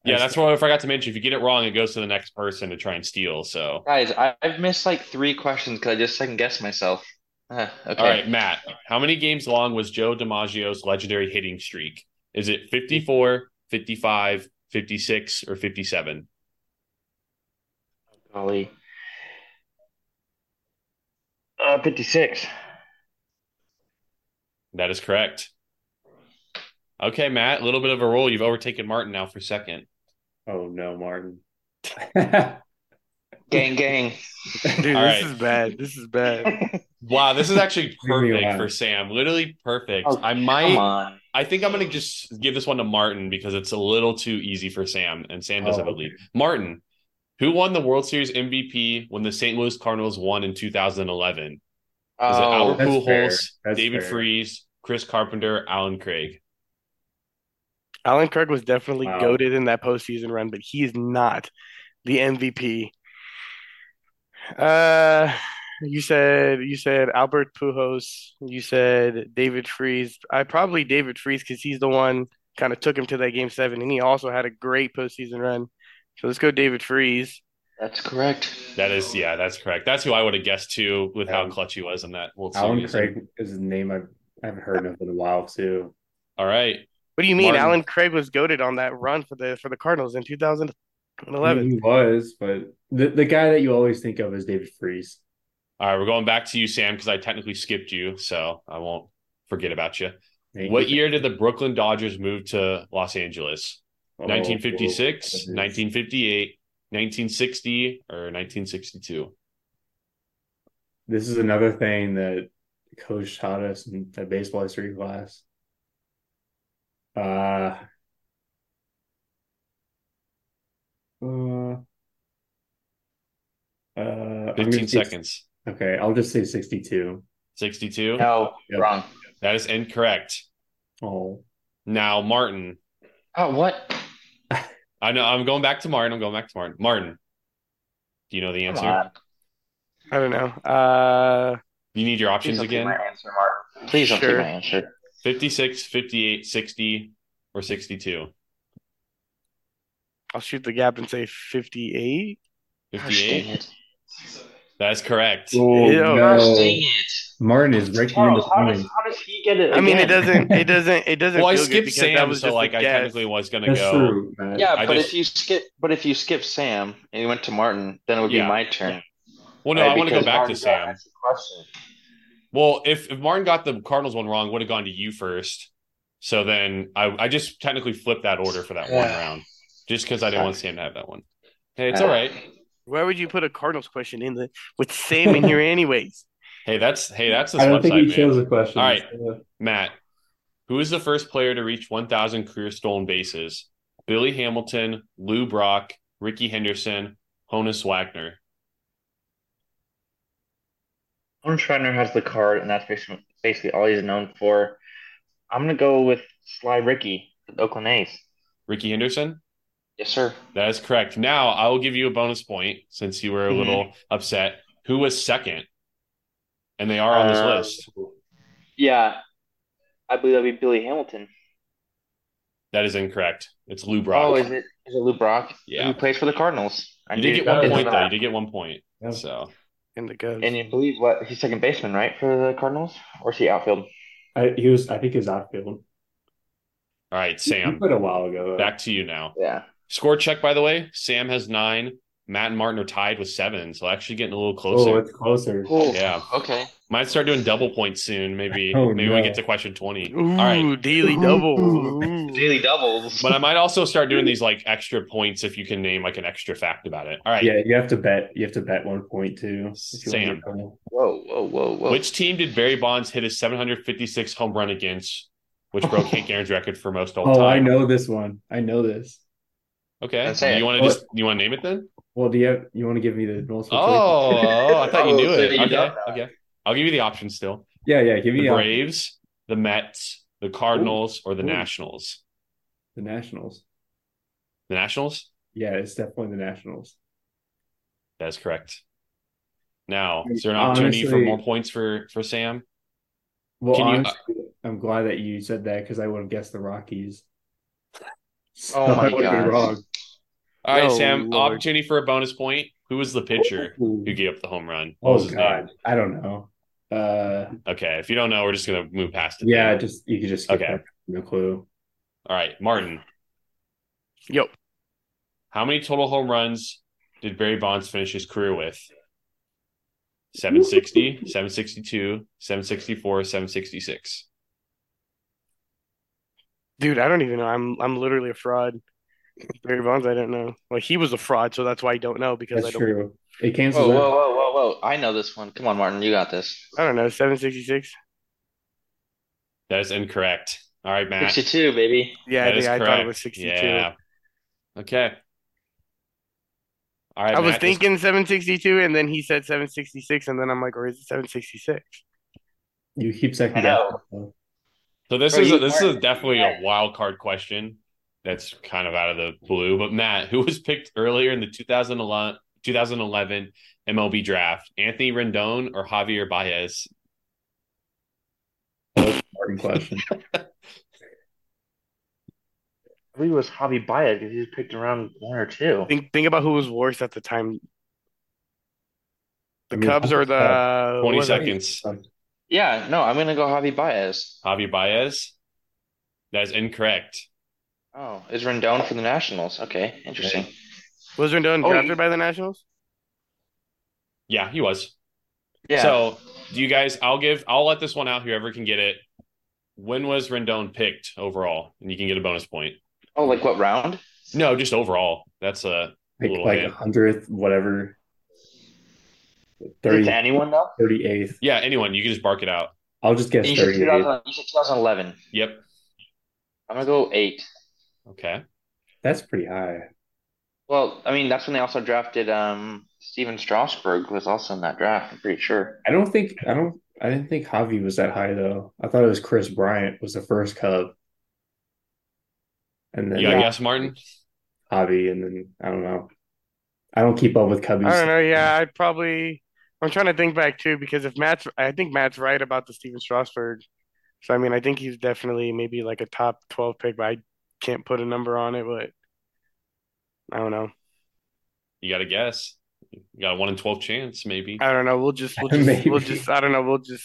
Speaker 2: Yeah,
Speaker 3: I
Speaker 2: that's what I forgot to mention. If you get it wrong, it goes to the next person to try and steal. So,
Speaker 5: Guys, I, I've missed like three questions because I just second guessed myself. Uh, okay.
Speaker 2: all right, Matt, how many games long was Joe DiMaggio's legendary hitting streak? Is it 54, 55, 56, or 57?
Speaker 5: Golly. Uh, 56.
Speaker 2: That is correct. Okay, Matt, a little bit of a roll. You've overtaken Martin now for second.
Speaker 3: oh no, Martin.
Speaker 5: Gang, gang.
Speaker 1: Dude,
Speaker 2: All
Speaker 1: this
Speaker 2: right.
Speaker 1: is bad. This is bad.
Speaker 2: Wow, this is actually
Speaker 3: Really
Speaker 2: perfect
Speaker 3: wow.
Speaker 2: for Sam. Literally perfect.
Speaker 5: Oh,
Speaker 2: I
Speaker 5: Come
Speaker 2: might
Speaker 5: on.
Speaker 2: I think I'm gonna just give this one to Martin because it's a little too easy for Sam, and Sam does
Speaker 3: Oh,
Speaker 2: have a lead. Martin, who won the World Series MVP when the St. Louis Cardinals won in 2011? Is it
Speaker 5: Oh,
Speaker 2: Albert
Speaker 3: that's fair.
Speaker 2: Pujols,
Speaker 3: That's
Speaker 2: David
Speaker 3: fair.
Speaker 2: Freeze, Chris Carpenter, Alan Craig?
Speaker 1: Alan Craig was definitely
Speaker 3: Wow.
Speaker 1: goated in that postseason run, but he is not the MVP. Uh, you said you said Albert Pujols. You said David Freese. I probably David Freese because he's the one kind of took him to that game seven, and he also had a great postseason run. So let's go David Freese.
Speaker 5: that's correct.
Speaker 2: That is, yeah, that's correct. That's who I would have guessed too, with how
Speaker 3: Um,
Speaker 2: clutch he was in that World
Speaker 3: Alan
Speaker 2: Series.
Speaker 3: Craig is a name I've, I haven't heard of in a while too.
Speaker 2: All right,
Speaker 1: What do you mean?
Speaker 2: Martin.
Speaker 1: Alan Craig was goated on that run for the for the Cardinals in 2011.
Speaker 3: He was, but the, the guy that you always think of is David Freeze.
Speaker 2: all right, we're going back to you, Sam, because I technically skipped you, so I won't forget about you. What year did the Brooklyn Dodgers move to Los Angeles?
Speaker 3: Oh,
Speaker 2: 1956, 1958, 1960, or 1962.
Speaker 3: This is another thing that coach taught us in that baseball history class. Uh, uh, uh, I'm
Speaker 2: 15
Speaker 3: gonna say-
Speaker 2: seconds.
Speaker 3: Okay, I'll just say 62.
Speaker 2: 62.
Speaker 5: No,
Speaker 3: Yep.
Speaker 5: wrong.
Speaker 2: That is incorrect.
Speaker 3: Oh,
Speaker 2: Now, Martin.
Speaker 5: Oh, what?
Speaker 2: I know I'm going back to Martin. I'm going back to Martin. Martin, do you know the
Speaker 5: Come
Speaker 2: answer?
Speaker 5: on.
Speaker 1: I don't know. Uh,
Speaker 2: You need your
Speaker 5: Please
Speaker 2: options
Speaker 5: don't take
Speaker 2: again
Speaker 5: my answer, Martin. Please don't take
Speaker 1: Sure.
Speaker 5: my answer.
Speaker 2: 56, 58, 60, or 62.
Speaker 1: I'll shoot the gap and say 58.
Speaker 5: Gosh, dang
Speaker 2: 58.
Speaker 5: it.
Speaker 2: That is correct.
Speaker 3: Oh,
Speaker 1: Ew.
Speaker 5: Gosh,
Speaker 3: no.
Speaker 5: dang it.
Speaker 3: Martin is right behind the
Speaker 5: Charles, how does,
Speaker 3: point.
Speaker 5: how does he get it?
Speaker 1: I mean, it
Speaker 5: again?
Speaker 1: doesn't. It doesn't. It doesn't.
Speaker 2: Well, I
Speaker 1: feel good
Speaker 2: skipped
Speaker 1: because that
Speaker 2: Sam,
Speaker 1: was
Speaker 2: so
Speaker 1: just a
Speaker 2: like I
Speaker 1: guess.
Speaker 2: technically was gonna
Speaker 3: That's
Speaker 2: go.
Speaker 3: true, Matt.
Speaker 5: Yeah,
Speaker 2: I
Speaker 5: but
Speaker 2: just-
Speaker 5: if you skip, but if you skip Sam and you went to Martin, then it would
Speaker 2: Yeah.
Speaker 5: be my turn.
Speaker 2: Well, no,
Speaker 5: right?
Speaker 2: I want to go
Speaker 5: Because
Speaker 2: back to
Speaker 5: Martin got
Speaker 2: Sam.
Speaker 5: asked a question.
Speaker 2: Well, if, if Martin got the Cardinals one wrong, would have gone to you first. So then I, I just technically flipped that order for that one
Speaker 5: Yeah.
Speaker 2: round, just because I didn't want Sam to have that one. Hey, it's
Speaker 5: Uh,
Speaker 2: all right.
Speaker 1: Why would you put a Cardinals question in the with Sam in here, anyways?
Speaker 2: Hey, that's hey, that's this
Speaker 3: I don't think
Speaker 2: website,
Speaker 3: he
Speaker 2: man.
Speaker 3: chose the question. Uh,
Speaker 2: All right. Matt, who is the first player to reach 1,000 career stolen bases? Billy Hamilton, Lou Brock, Ricky Henderson, Honus Wagner.
Speaker 5: Norm Shriner has the card, and that's basi- basically all he's known for. I'm gonna go with Sly Ricky, with Oakland A's.
Speaker 2: Ricky Henderson?
Speaker 5: Yes, sir.
Speaker 2: That is correct. Now I will give you a bonus point since you were a
Speaker 5: Mhm.
Speaker 2: little upset. Who was second? And they are on this
Speaker 5: Um,
Speaker 2: list.
Speaker 5: Yeah, I believe that'd be Billy Hamilton.
Speaker 2: That is incorrect. It's Lou Brock.
Speaker 5: Oh, is it is it Lou Brock?
Speaker 2: Yeah.
Speaker 5: He plays for the Cardinals. I
Speaker 2: you did
Speaker 5: knew-
Speaker 2: get
Speaker 5: I
Speaker 2: one
Speaker 5: didn't
Speaker 2: point
Speaker 5: know
Speaker 2: though. You
Speaker 5: that.
Speaker 2: did get one point.
Speaker 3: Yeah.
Speaker 2: So
Speaker 1: In the goes.
Speaker 5: And you believe what? He's second baseman, right, for the Cardinals, or is he outfield?
Speaker 3: I, he was. I think he was outfield.
Speaker 2: all right,
Speaker 3: He
Speaker 2: Sam,
Speaker 3: put a while ago. though.
Speaker 2: back to you now.
Speaker 5: Yeah.
Speaker 2: Score check by the way. Sam has nine. Matt and Martin are tied with seven. So actually getting a little
Speaker 3: oh,
Speaker 2: closer.
Speaker 3: it's closer.
Speaker 5: Cool.
Speaker 2: Yeah.
Speaker 5: Okay.
Speaker 2: Might start doing double points soon. Maybe
Speaker 3: Oh,
Speaker 2: maybe
Speaker 3: no.
Speaker 2: we get to question twenty.
Speaker 1: Ooh,
Speaker 2: All right.
Speaker 1: daily double. Ooh.
Speaker 5: Daily doubles.
Speaker 2: But I might also start doing these like extra points if you can name like an extra fact about it. All right.
Speaker 3: Yeah, you have to bet. You have to bet one point too. if you wanna
Speaker 2: Sam.
Speaker 3: get going.
Speaker 5: Whoa, whoa, whoa, whoa.
Speaker 2: Which team did Barry Bonds hit his 756 home run against, which broke Hank Aaron's record for most all
Speaker 3: Oh, I
Speaker 2: time?
Speaker 3: know this one. I know this.
Speaker 2: Okay.
Speaker 5: Let's say
Speaker 2: Do you
Speaker 5: it.
Speaker 2: want to
Speaker 3: What-
Speaker 2: just you want to name it then?
Speaker 3: Well, do you have, you want to give me the multiple choice?
Speaker 2: Oh, oh, I thought you
Speaker 5: Oh,
Speaker 2: knew
Speaker 5: so
Speaker 2: it.
Speaker 5: you
Speaker 2: Okay,
Speaker 5: don't know.
Speaker 2: okay. I'll give you the option still.
Speaker 3: Yeah, yeah. Give
Speaker 2: The
Speaker 3: me the, option.
Speaker 2: Braves, the Mets, the Cardinals, or the
Speaker 3: Ooh.
Speaker 2: Nationals.
Speaker 3: the Nationals.
Speaker 2: The Nationals?
Speaker 3: Yeah, it's definitely the Nationals.
Speaker 2: That is correct. Now, is there an opportunity for
Speaker 3: Honestly-
Speaker 2: more points for for Sam?
Speaker 3: Well,
Speaker 2: Can you- uh,
Speaker 3: honestly, I'm glad that you said that because I would have guessed the Rockies.
Speaker 5: Oh
Speaker 3: So
Speaker 5: my
Speaker 3: I would
Speaker 5: gosh.
Speaker 3: be wrong.
Speaker 2: All right,
Speaker 1: No,
Speaker 2: Sam,
Speaker 1: Lord.
Speaker 2: opportunity for a bonus point. Who was the pitcher who gave up the home run? What was
Speaker 3: Oh
Speaker 2: his
Speaker 3: God, I don't know. Uh,
Speaker 2: name? Okay, if you don't know, we're just gonna move past it.
Speaker 3: yeah,
Speaker 2: then.
Speaker 3: just you could just skip
Speaker 2: Okay.
Speaker 3: that. No clue.
Speaker 2: All right, Martin.
Speaker 1: Yo,
Speaker 2: How many total home runs did Barry Bonds finish his career with? 760, 762, 764, 766.
Speaker 1: dude, I don't even know. I'm I'm literally a fraud. Barry Bonds, I don't know. Well, he was a fraud, so that's why I don't know because
Speaker 3: That's
Speaker 1: I don't. Oh,
Speaker 3: true. It
Speaker 5: Whoa,
Speaker 3: cancels
Speaker 5: whoa,
Speaker 3: out.
Speaker 5: whoa, whoa, whoa. I know this one. Come on, Martin. You got this.
Speaker 1: I don't know. Seven sixty six.
Speaker 2: That is incorrect. All right, Matt.
Speaker 5: 62, baby.
Speaker 1: Yeah, I
Speaker 2: That
Speaker 1: think
Speaker 2: is
Speaker 1: I thought it
Speaker 2: correct.
Speaker 1: was sixty two.
Speaker 2: Yeah. Okay. All right,
Speaker 1: I was
Speaker 2: Matt, this-
Speaker 1: thinking 762, and then he said 766, and then I'm like, or is it 766?
Speaker 3: You keep second
Speaker 5: I know.
Speaker 3: guessing.
Speaker 2: So this
Speaker 5: Bro,
Speaker 2: is
Speaker 5: you
Speaker 2: a, this is
Speaker 5: weren't-
Speaker 2: definitely a wild card question. That's kind of out of the blue. But Matt, who was picked earlier in the 2011, 2011 MLB draft? Anthony Rendon or Javier Baez?
Speaker 3: Important question.
Speaker 5: I believe it was Javi Baez because he was picked around one or two.
Speaker 1: Think think about who was worse at the time. The
Speaker 3: I mean, uh,
Speaker 1: Cubs or the Uh,
Speaker 2: 20
Speaker 1: what was it?
Speaker 2: seconds.
Speaker 5: Yeah, no, I'm gonna go Javi Baez.
Speaker 2: Javier Baez? That is incorrect.
Speaker 5: Oh, is Rendon for the Nationals? Okay, interesting.
Speaker 1: Was Rendon
Speaker 5: Oh,
Speaker 1: drafted
Speaker 5: you-
Speaker 1: by the Nationals?
Speaker 2: Yeah, he was.
Speaker 5: Yeah.
Speaker 2: So do you guys I'll give I'll let this one out, whoever can get it. When was Rendon picked overall? And you can get a bonus point.
Speaker 5: oh, like what round?
Speaker 2: No, just overall. That's a
Speaker 3: Like
Speaker 2: Little
Speaker 3: like
Speaker 2: hit.
Speaker 3: hundredth, whatever.
Speaker 5: Is it
Speaker 3: 30,
Speaker 5: to anyone now?
Speaker 3: 38th.
Speaker 2: yeah, anyone. You can just bark it out.
Speaker 3: I'll just guess
Speaker 5: You said
Speaker 3: 38.
Speaker 5: 2000 you said 2011.
Speaker 2: Yep.
Speaker 5: I'm gonna go eight.
Speaker 2: Okay.
Speaker 3: That's pretty high.
Speaker 5: Well, I mean, that's when they also drafted um Steven Strasburg was also in that draft, I'm pretty sure.
Speaker 3: I don't think I don't I didn't think Javi was that high though. I thought it was Chris Bryant was the first Cub. And then
Speaker 2: You got a
Speaker 1: Yeah.
Speaker 2: guess, Martin?
Speaker 3: Javi and then I don't know. I don't keep up with Cubbies.
Speaker 1: I don't know. Yeah, I'd probably. I'm trying to think back too because if Matt's, I think Matt's right about the Steven Strasburg. So I mean, I think he's definitely maybe like a top 12 pick, but I can't put a number on it. But I don't know.
Speaker 2: You got a guess. You got a one in twelve chance, maybe.
Speaker 1: I don't know. We'll just we'll just we'll
Speaker 3: Maybe.
Speaker 1: just I don't know. We'll just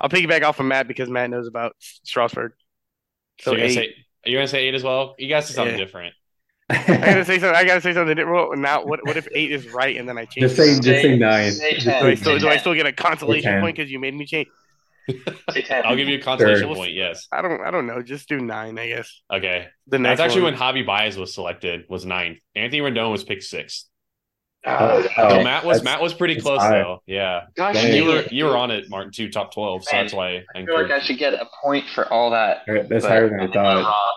Speaker 1: I'll piggyback off of Matt because Matt knows about S- Strasburg.
Speaker 2: so
Speaker 1: So
Speaker 2: you're
Speaker 1: eight.
Speaker 2: gonna say you're gonna say eight as well. You guys said something
Speaker 1: Yeah.
Speaker 2: different.
Speaker 1: I gotta say something. I gotta say something. different. Well, now what? What if eight is right and then I change?
Speaker 3: Just say
Speaker 1: it?
Speaker 3: just say nine.
Speaker 5: Say
Speaker 3: Just
Speaker 1: do I
Speaker 5: ten.
Speaker 1: still do I still get a
Speaker 3: Say
Speaker 1: consolation
Speaker 3: ten.
Speaker 1: point because you made me change?
Speaker 5: Say 10.
Speaker 2: I'll give you a consolation
Speaker 3: Sure.
Speaker 2: point. Yes.
Speaker 1: I don't I don't know. Just do nine, I guess.
Speaker 2: Okay.
Speaker 1: The next
Speaker 2: That's actually
Speaker 1: one.
Speaker 2: when Javi Baez was selected. Was ninth. Anthony Rendon was picked sixth.
Speaker 5: Oh,
Speaker 3: Oh,
Speaker 2: So
Speaker 5: okay.
Speaker 2: Matt was
Speaker 3: that's-
Speaker 2: Matt was pretty
Speaker 3: that's
Speaker 2: close
Speaker 3: high.
Speaker 2: though. Yeah.
Speaker 5: Gosh,
Speaker 3: Dang.
Speaker 2: You
Speaker 5: dang
Speaker 2: were
Speaker 5: it.
Speaker 2: you were on it, Martin, too. Top twelve. So that's why. I
Speaker 5: I feel like I
Speaker 2: encouraged.
Speaker 5: should get a point for all that.
Speaker 3: All right, that's
Speaker 5: but
Speaker 3: higher than I
Speaker 5: think I'm
Speaker 3: thought.
Speaker 5: uh, wrong.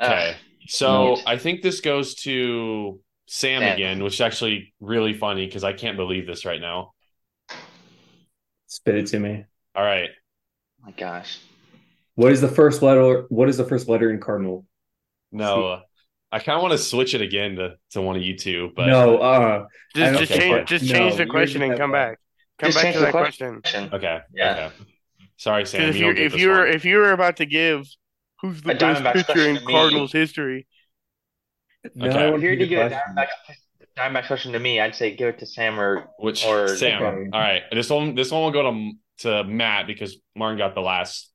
Speaker 5: Ugh.
Speaker 2: Okay. So
Speaker 5: Nice.
Speaker 2: I think this goes to Sam
Speaker 5: Sam.
Speaker 2: again, which is actually really funny because I can't believe this right now.
Speaker 3: Spit it to me.
Speaker 2: All right.
Speaker 5: Oh my gosh.
Speaker 3: What is the first letter what is the first letter in cardinal?
Speaker 2: No, uh, I kind of want to switch it again to, to one of you two, but
Speaker 3: no, uh I
Speaker 1: just
Speaker 3: don't
Speaker 1: just
Speaker 2: think
Speaker 1: change
Speaker 2: that-
Speaker 1: just
Speaker 3: no,
Speaker 1: change
Speaker 3: you're
Speaker 1: the question and
Speaker 3: gonna have
Speaker 1: come
Speaker 3: that.
Speaker 1: back. Come
Speaker 5: Just
Speaker 1: back
Speaker 5: change
Speaker 1: to
Speaker 5: the
Speaker 1: that
Speaker 5: question.
Speaker 1: question.
Speaker 2: okay,
Speaker 5: Yeah.
Speaker 2: okay. Sorry, Sam.
Speaker 1: Because if you
Speaker 2: you don't get
Speaker 1: if
Speaker 2: this
Speaker 1: you were
Speaker 2: one.
Speaker 1: if you were about to give who's the
Speaker 5: A
Speaker 1: best
Speaker 5: Diamondbacks
Speaker 1: pitcher
Speaker 5: question
Speaker 1: in
Speaker 5: to me.
Speaker 1: Cardinals history,
Speaker 3: now
Speaker 2: Okay.
Speaker 3: I want
Speaker 5: If you were
Speaker 3: hear
Speaker 5: to
Speaker 3: the
Speaker 5: give a
Speaker 3: question.
Speaker 5: Diamondback, Diamondback question to me, I'd say give it to Sam or
Speaker 2: which
Speaker 5: or-
Speaker 2: Sam?
Speaker 3: Okay.
Speaker 2: All right, this one this one will go to to Matt because Martin got the last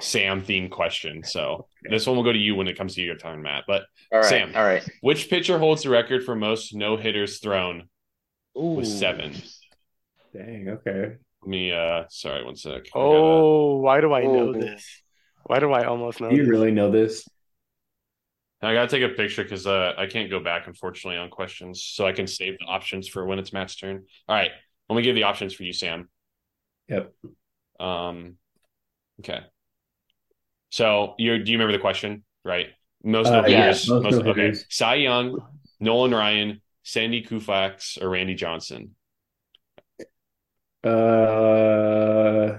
Speaker 2: Sam themed question. So this one will go to you when it comes to your turn, Matt. But
Speaker 5: all right,
Speaker 2: Sam.
Speaker 5: all right.
Speaker 2: which pitcher holds the record for most no hitters thrown
Speaker 5: Ooh.
Speaker 2: with seven?
Speaker 3: Dang, okay.
Speaker 2: Let me. uh Sorry, one sec. I gotta-
Speaker 1: oh, why do I know
Speaker 5: Oh.
Speaker 1: this? Why do I almost know
Speaker 3: Do you
Speaker 1: this?
Speaker 3: really know this?
Speaker 2: I gotta take a picture because uh, I can't go back, unfortunately, on questions. So I can save the options for when it's Matt's turn. All right, let me give the options for you, Sam.
Speaker 3: Yep.
Speaker 2: Um. Okay. So you do you remember the question, right? Most
Speaker 3: Uh,
Speaker 2: no
Speaker 5: yeah,
Speaker 2: hitters.
Speaker 3: most
Speaker 2: most
Speaker 3: no
Speaker 2: okay.
Speaker 3: hitters.
Speaker 2: Cy Young, Nolan Ryan, Sandy Koufax, or Randy Johnson?
Speaker 3: Uh,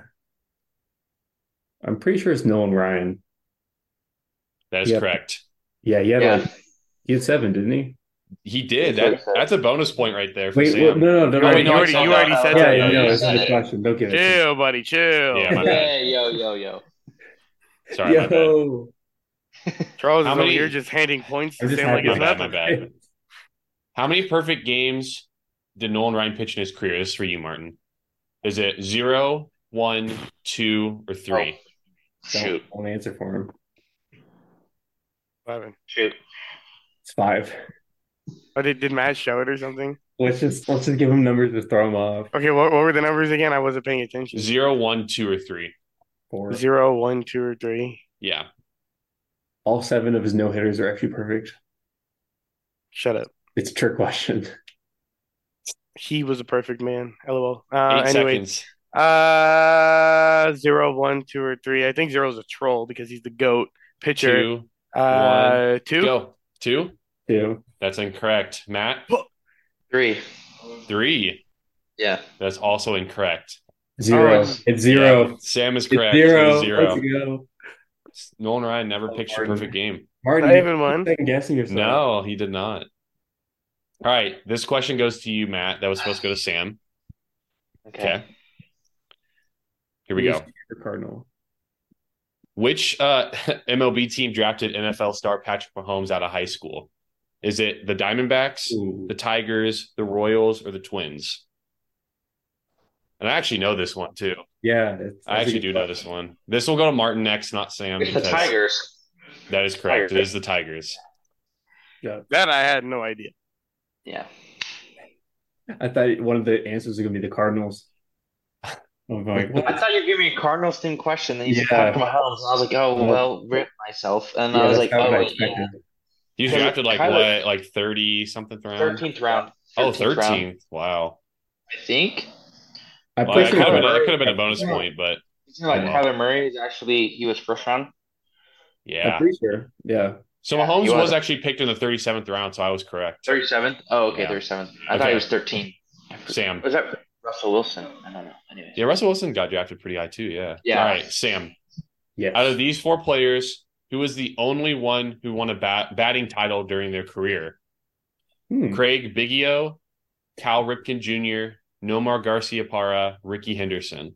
Speaker 3: I'm pretty sure it's Nolan Ryan.
Speaker 2: That is
Speaker 3: Yep.
Speaker 2: correct.
Speaker 3: Yeah, he had
Speaker 5: Yeah.
Speaker 3: like he had seven, didn't he?
Speaker 2: He did.
Speaker 5: He did
Speaker 2: That,
Speaker 5: so.
Speaker 2: that's a bonus point right there for
Speaker 3: Wait,
Speaker 2: Sam.
Speaker 3: wait, no, no, no,
Speaker 1: Oh,
Speaker 3: no.
Speaker 1: wait, you
Speaker 2: no, I
Speaker 1: already,
Speaker 2: saw
Speaker 1: you
Speaker 2: that.
Speaker 1: already said
Speaker 3: yeah,
Speaker 1: that.
Speaker 3: yeah,
Speaker 5: you
Speaker 3: no,
Speaker 5: already
Speaker 3: it's
Speaker 5: said
Speaker 3: a
Speaker 5: it.
Speaker 3: question. Don't give it. to
Speaker 1: Chill, buddy, chill.
Speaker 2: Yeah, my bad.
Speaker 5: Hey, yo, yo, yo.
Speaker 2: Sorry, my bad.
Speaker 3: Yo.
Speaker 1: Charles
Speaker 2: How
Speaker 1: is over
Speaker 2: many-
Speaker 1: here just handing points to
Speaker 3: I'm just
Speaker 1: Sam like
Speaker 3: happy
Speaker 1: it's
Speaker 2: My bad, my
Speaker 1: nothing.
Speaker 2: bad. How many perfect games did Nolan Ryan pitch in his career? This is for you, Martin. Is it zero, one, two, or three?
Speaker 3: Oh. Don't,
Speaker 5: Shoot.
Speaker 3: don't answer for him.
Speaker 1: Eleven.
Speaker 5: Shoot.
Speaker 3: It's five.
Speaker 1: Oh, did, did Matt show it or something?
Speaker 3: Let's just let's just give him numbers to throw him off.
Speaker 1: Okay, what, what were the numbers again? I wasn't paying attention.
Speaker 2: Zero, one, two, or three?
Speaker 3: Four.
Speaker 1: Zero, one, two, or three.
Speaker 2: Yeah.
Speaker 3: All seven of his no hitters are actually perfect.
Speaker 1: Shut up.
Speaker 3: It's a trick question.
Speaker 1: He was a perfect man. LOL.
Speaker 2: Eight
Speaker 1: Uh, anyway,
Speaker 2: seconds.
Speaker 1: uh, zero, one, two, or three. I think zero's a troll because he's the goat pitcher.
Speaker 2: Two,
Speaker 1: uh, two.
Speaker 2: go. Two?
Speaker 3: Two.
Speaker 2: That's incorrect. Matt,
Speaker 5: Three.
Speaker 2: three.
Speaker 5: Yeah.
Speaker 2: That's also incorrect.
Speaker 3: Zero.
Speaker 1: Oh,
Speaker 3: it's zero.
Speaker 2: Yeah, Sam is
Speaker 3: It's
Speaker 2: correct.
Speaker 3: zero.
Speaker 2: It is zero.
Speaker 3: Let's go.
Speaker 2: Nolan Ryan never pitched a perfect game.
Speaker 3: Oh, Martin,
Speaker 1: Not
Speaker 3: you
Speaker 1: even one.
Speaker 3: second guessing yourself.
Speaker 2: No, he did not. All right. This question goes to you, Matt. That was supposed to go to Sam. Okay. Here we go.
Speaker 3: Your Cardinal.
Speaker 2: Which uh, MLB team drafted NFL star Patrick Mahomes out of high school? Is it the Diamondbacks,
Speaker 3: Ooh.
Speaker 2: the Tigers, the Royals, or the Twins? And I actually know this one too.
Speaker 3: Yeah, it's,
Speaker 2: I actually do know this one. This will go to Martin next, not Sam.
Speaker 5: It's the
Speaker 2: because
Speaker 5: Tigers.
Speaker 2: That is correct. It
Speaker 5: Tigers.
Speaker 2: is the Tigers.
Speaker 3: Yeah.
Speaker 1: That I had no idea.
Speaker 5: Yeah.
Speaker 3: I thought one of the answers was gonna be the Cardinals. I'm like, what?
Speaker 5: I thought you were giving me a Cardinals thing question. Then you said
Speaker 3: Yeah.
Speaker 5: Patrick Mahomes. And I was like, oh,
Speaker 3: Yeah.
Speaker 5: well, rip myself. And
Speaker 3: Yeah,
Speaker 5: I was
Speaker 3: that's
Speaker 5: like,
Speaker 3: not
Speaker 5: oh,
Speaker 3: what I
Speaker 5: wait, yeah.
Speaker 3: expected.
Speaker 2: You
Speaker 5: Because
Speaker 2: drafted like
Speaker 5: Tyler-
Speaker 2: what, like thirty something round?
Speaker 5: 13th round.
Speaker 2: Oh,
Speaker 5: 13th round,
Speaker 2: 13th. Wow.
Speaker 5: I think.
Speaker 3: I
Speaker 2: Well, that
Speaker 3: pushed
Speaker 2: could
Speaker 3: it
Speaker 2: have been,
Speaker 3: hard.
Speaker 2: that could have been a bonus point, but
Speaker 5: Isn't it like
Speaker 2: Yeah.
Speaker 5: Kyler Murray is actually, he was first round?
Speaker 3: I'm
Speaker 2: yeah.
Speaker 3: pretty sure. Yeah.
Speaker 2: So
Speaker 5: Yeah,
Speaker 2: Mahomes
Speaker 5: you are-
Speaker 2: was actually picked in the 37th round, so I was correct.
Speaker 5: 37th? Oh, okay,
Speaker 2: Yeah.
Speaker 5: 37th. I thought
Speaker 2: Okay.
Speaker 5: he was 13.
Speaker 2: Sam.
Speaker 5: Was that Russell Wilson? I don't know. Anyway.
Speaker 2: Yeah, Russell Wilson got drafted pretty high too. Yeah.
Speaker 5: Yeah.
Speaker 2: All right, Sam.
Speaker 3: Yes.
Speaker 2: Out of these four players, who was the only one who won a bat- batting title during their career?
Speaker 3: Hmm.
Speaker 2: Craig Biggio, Cal Ripken Jr., Nomar Garcia Parra, Ricky Henderson.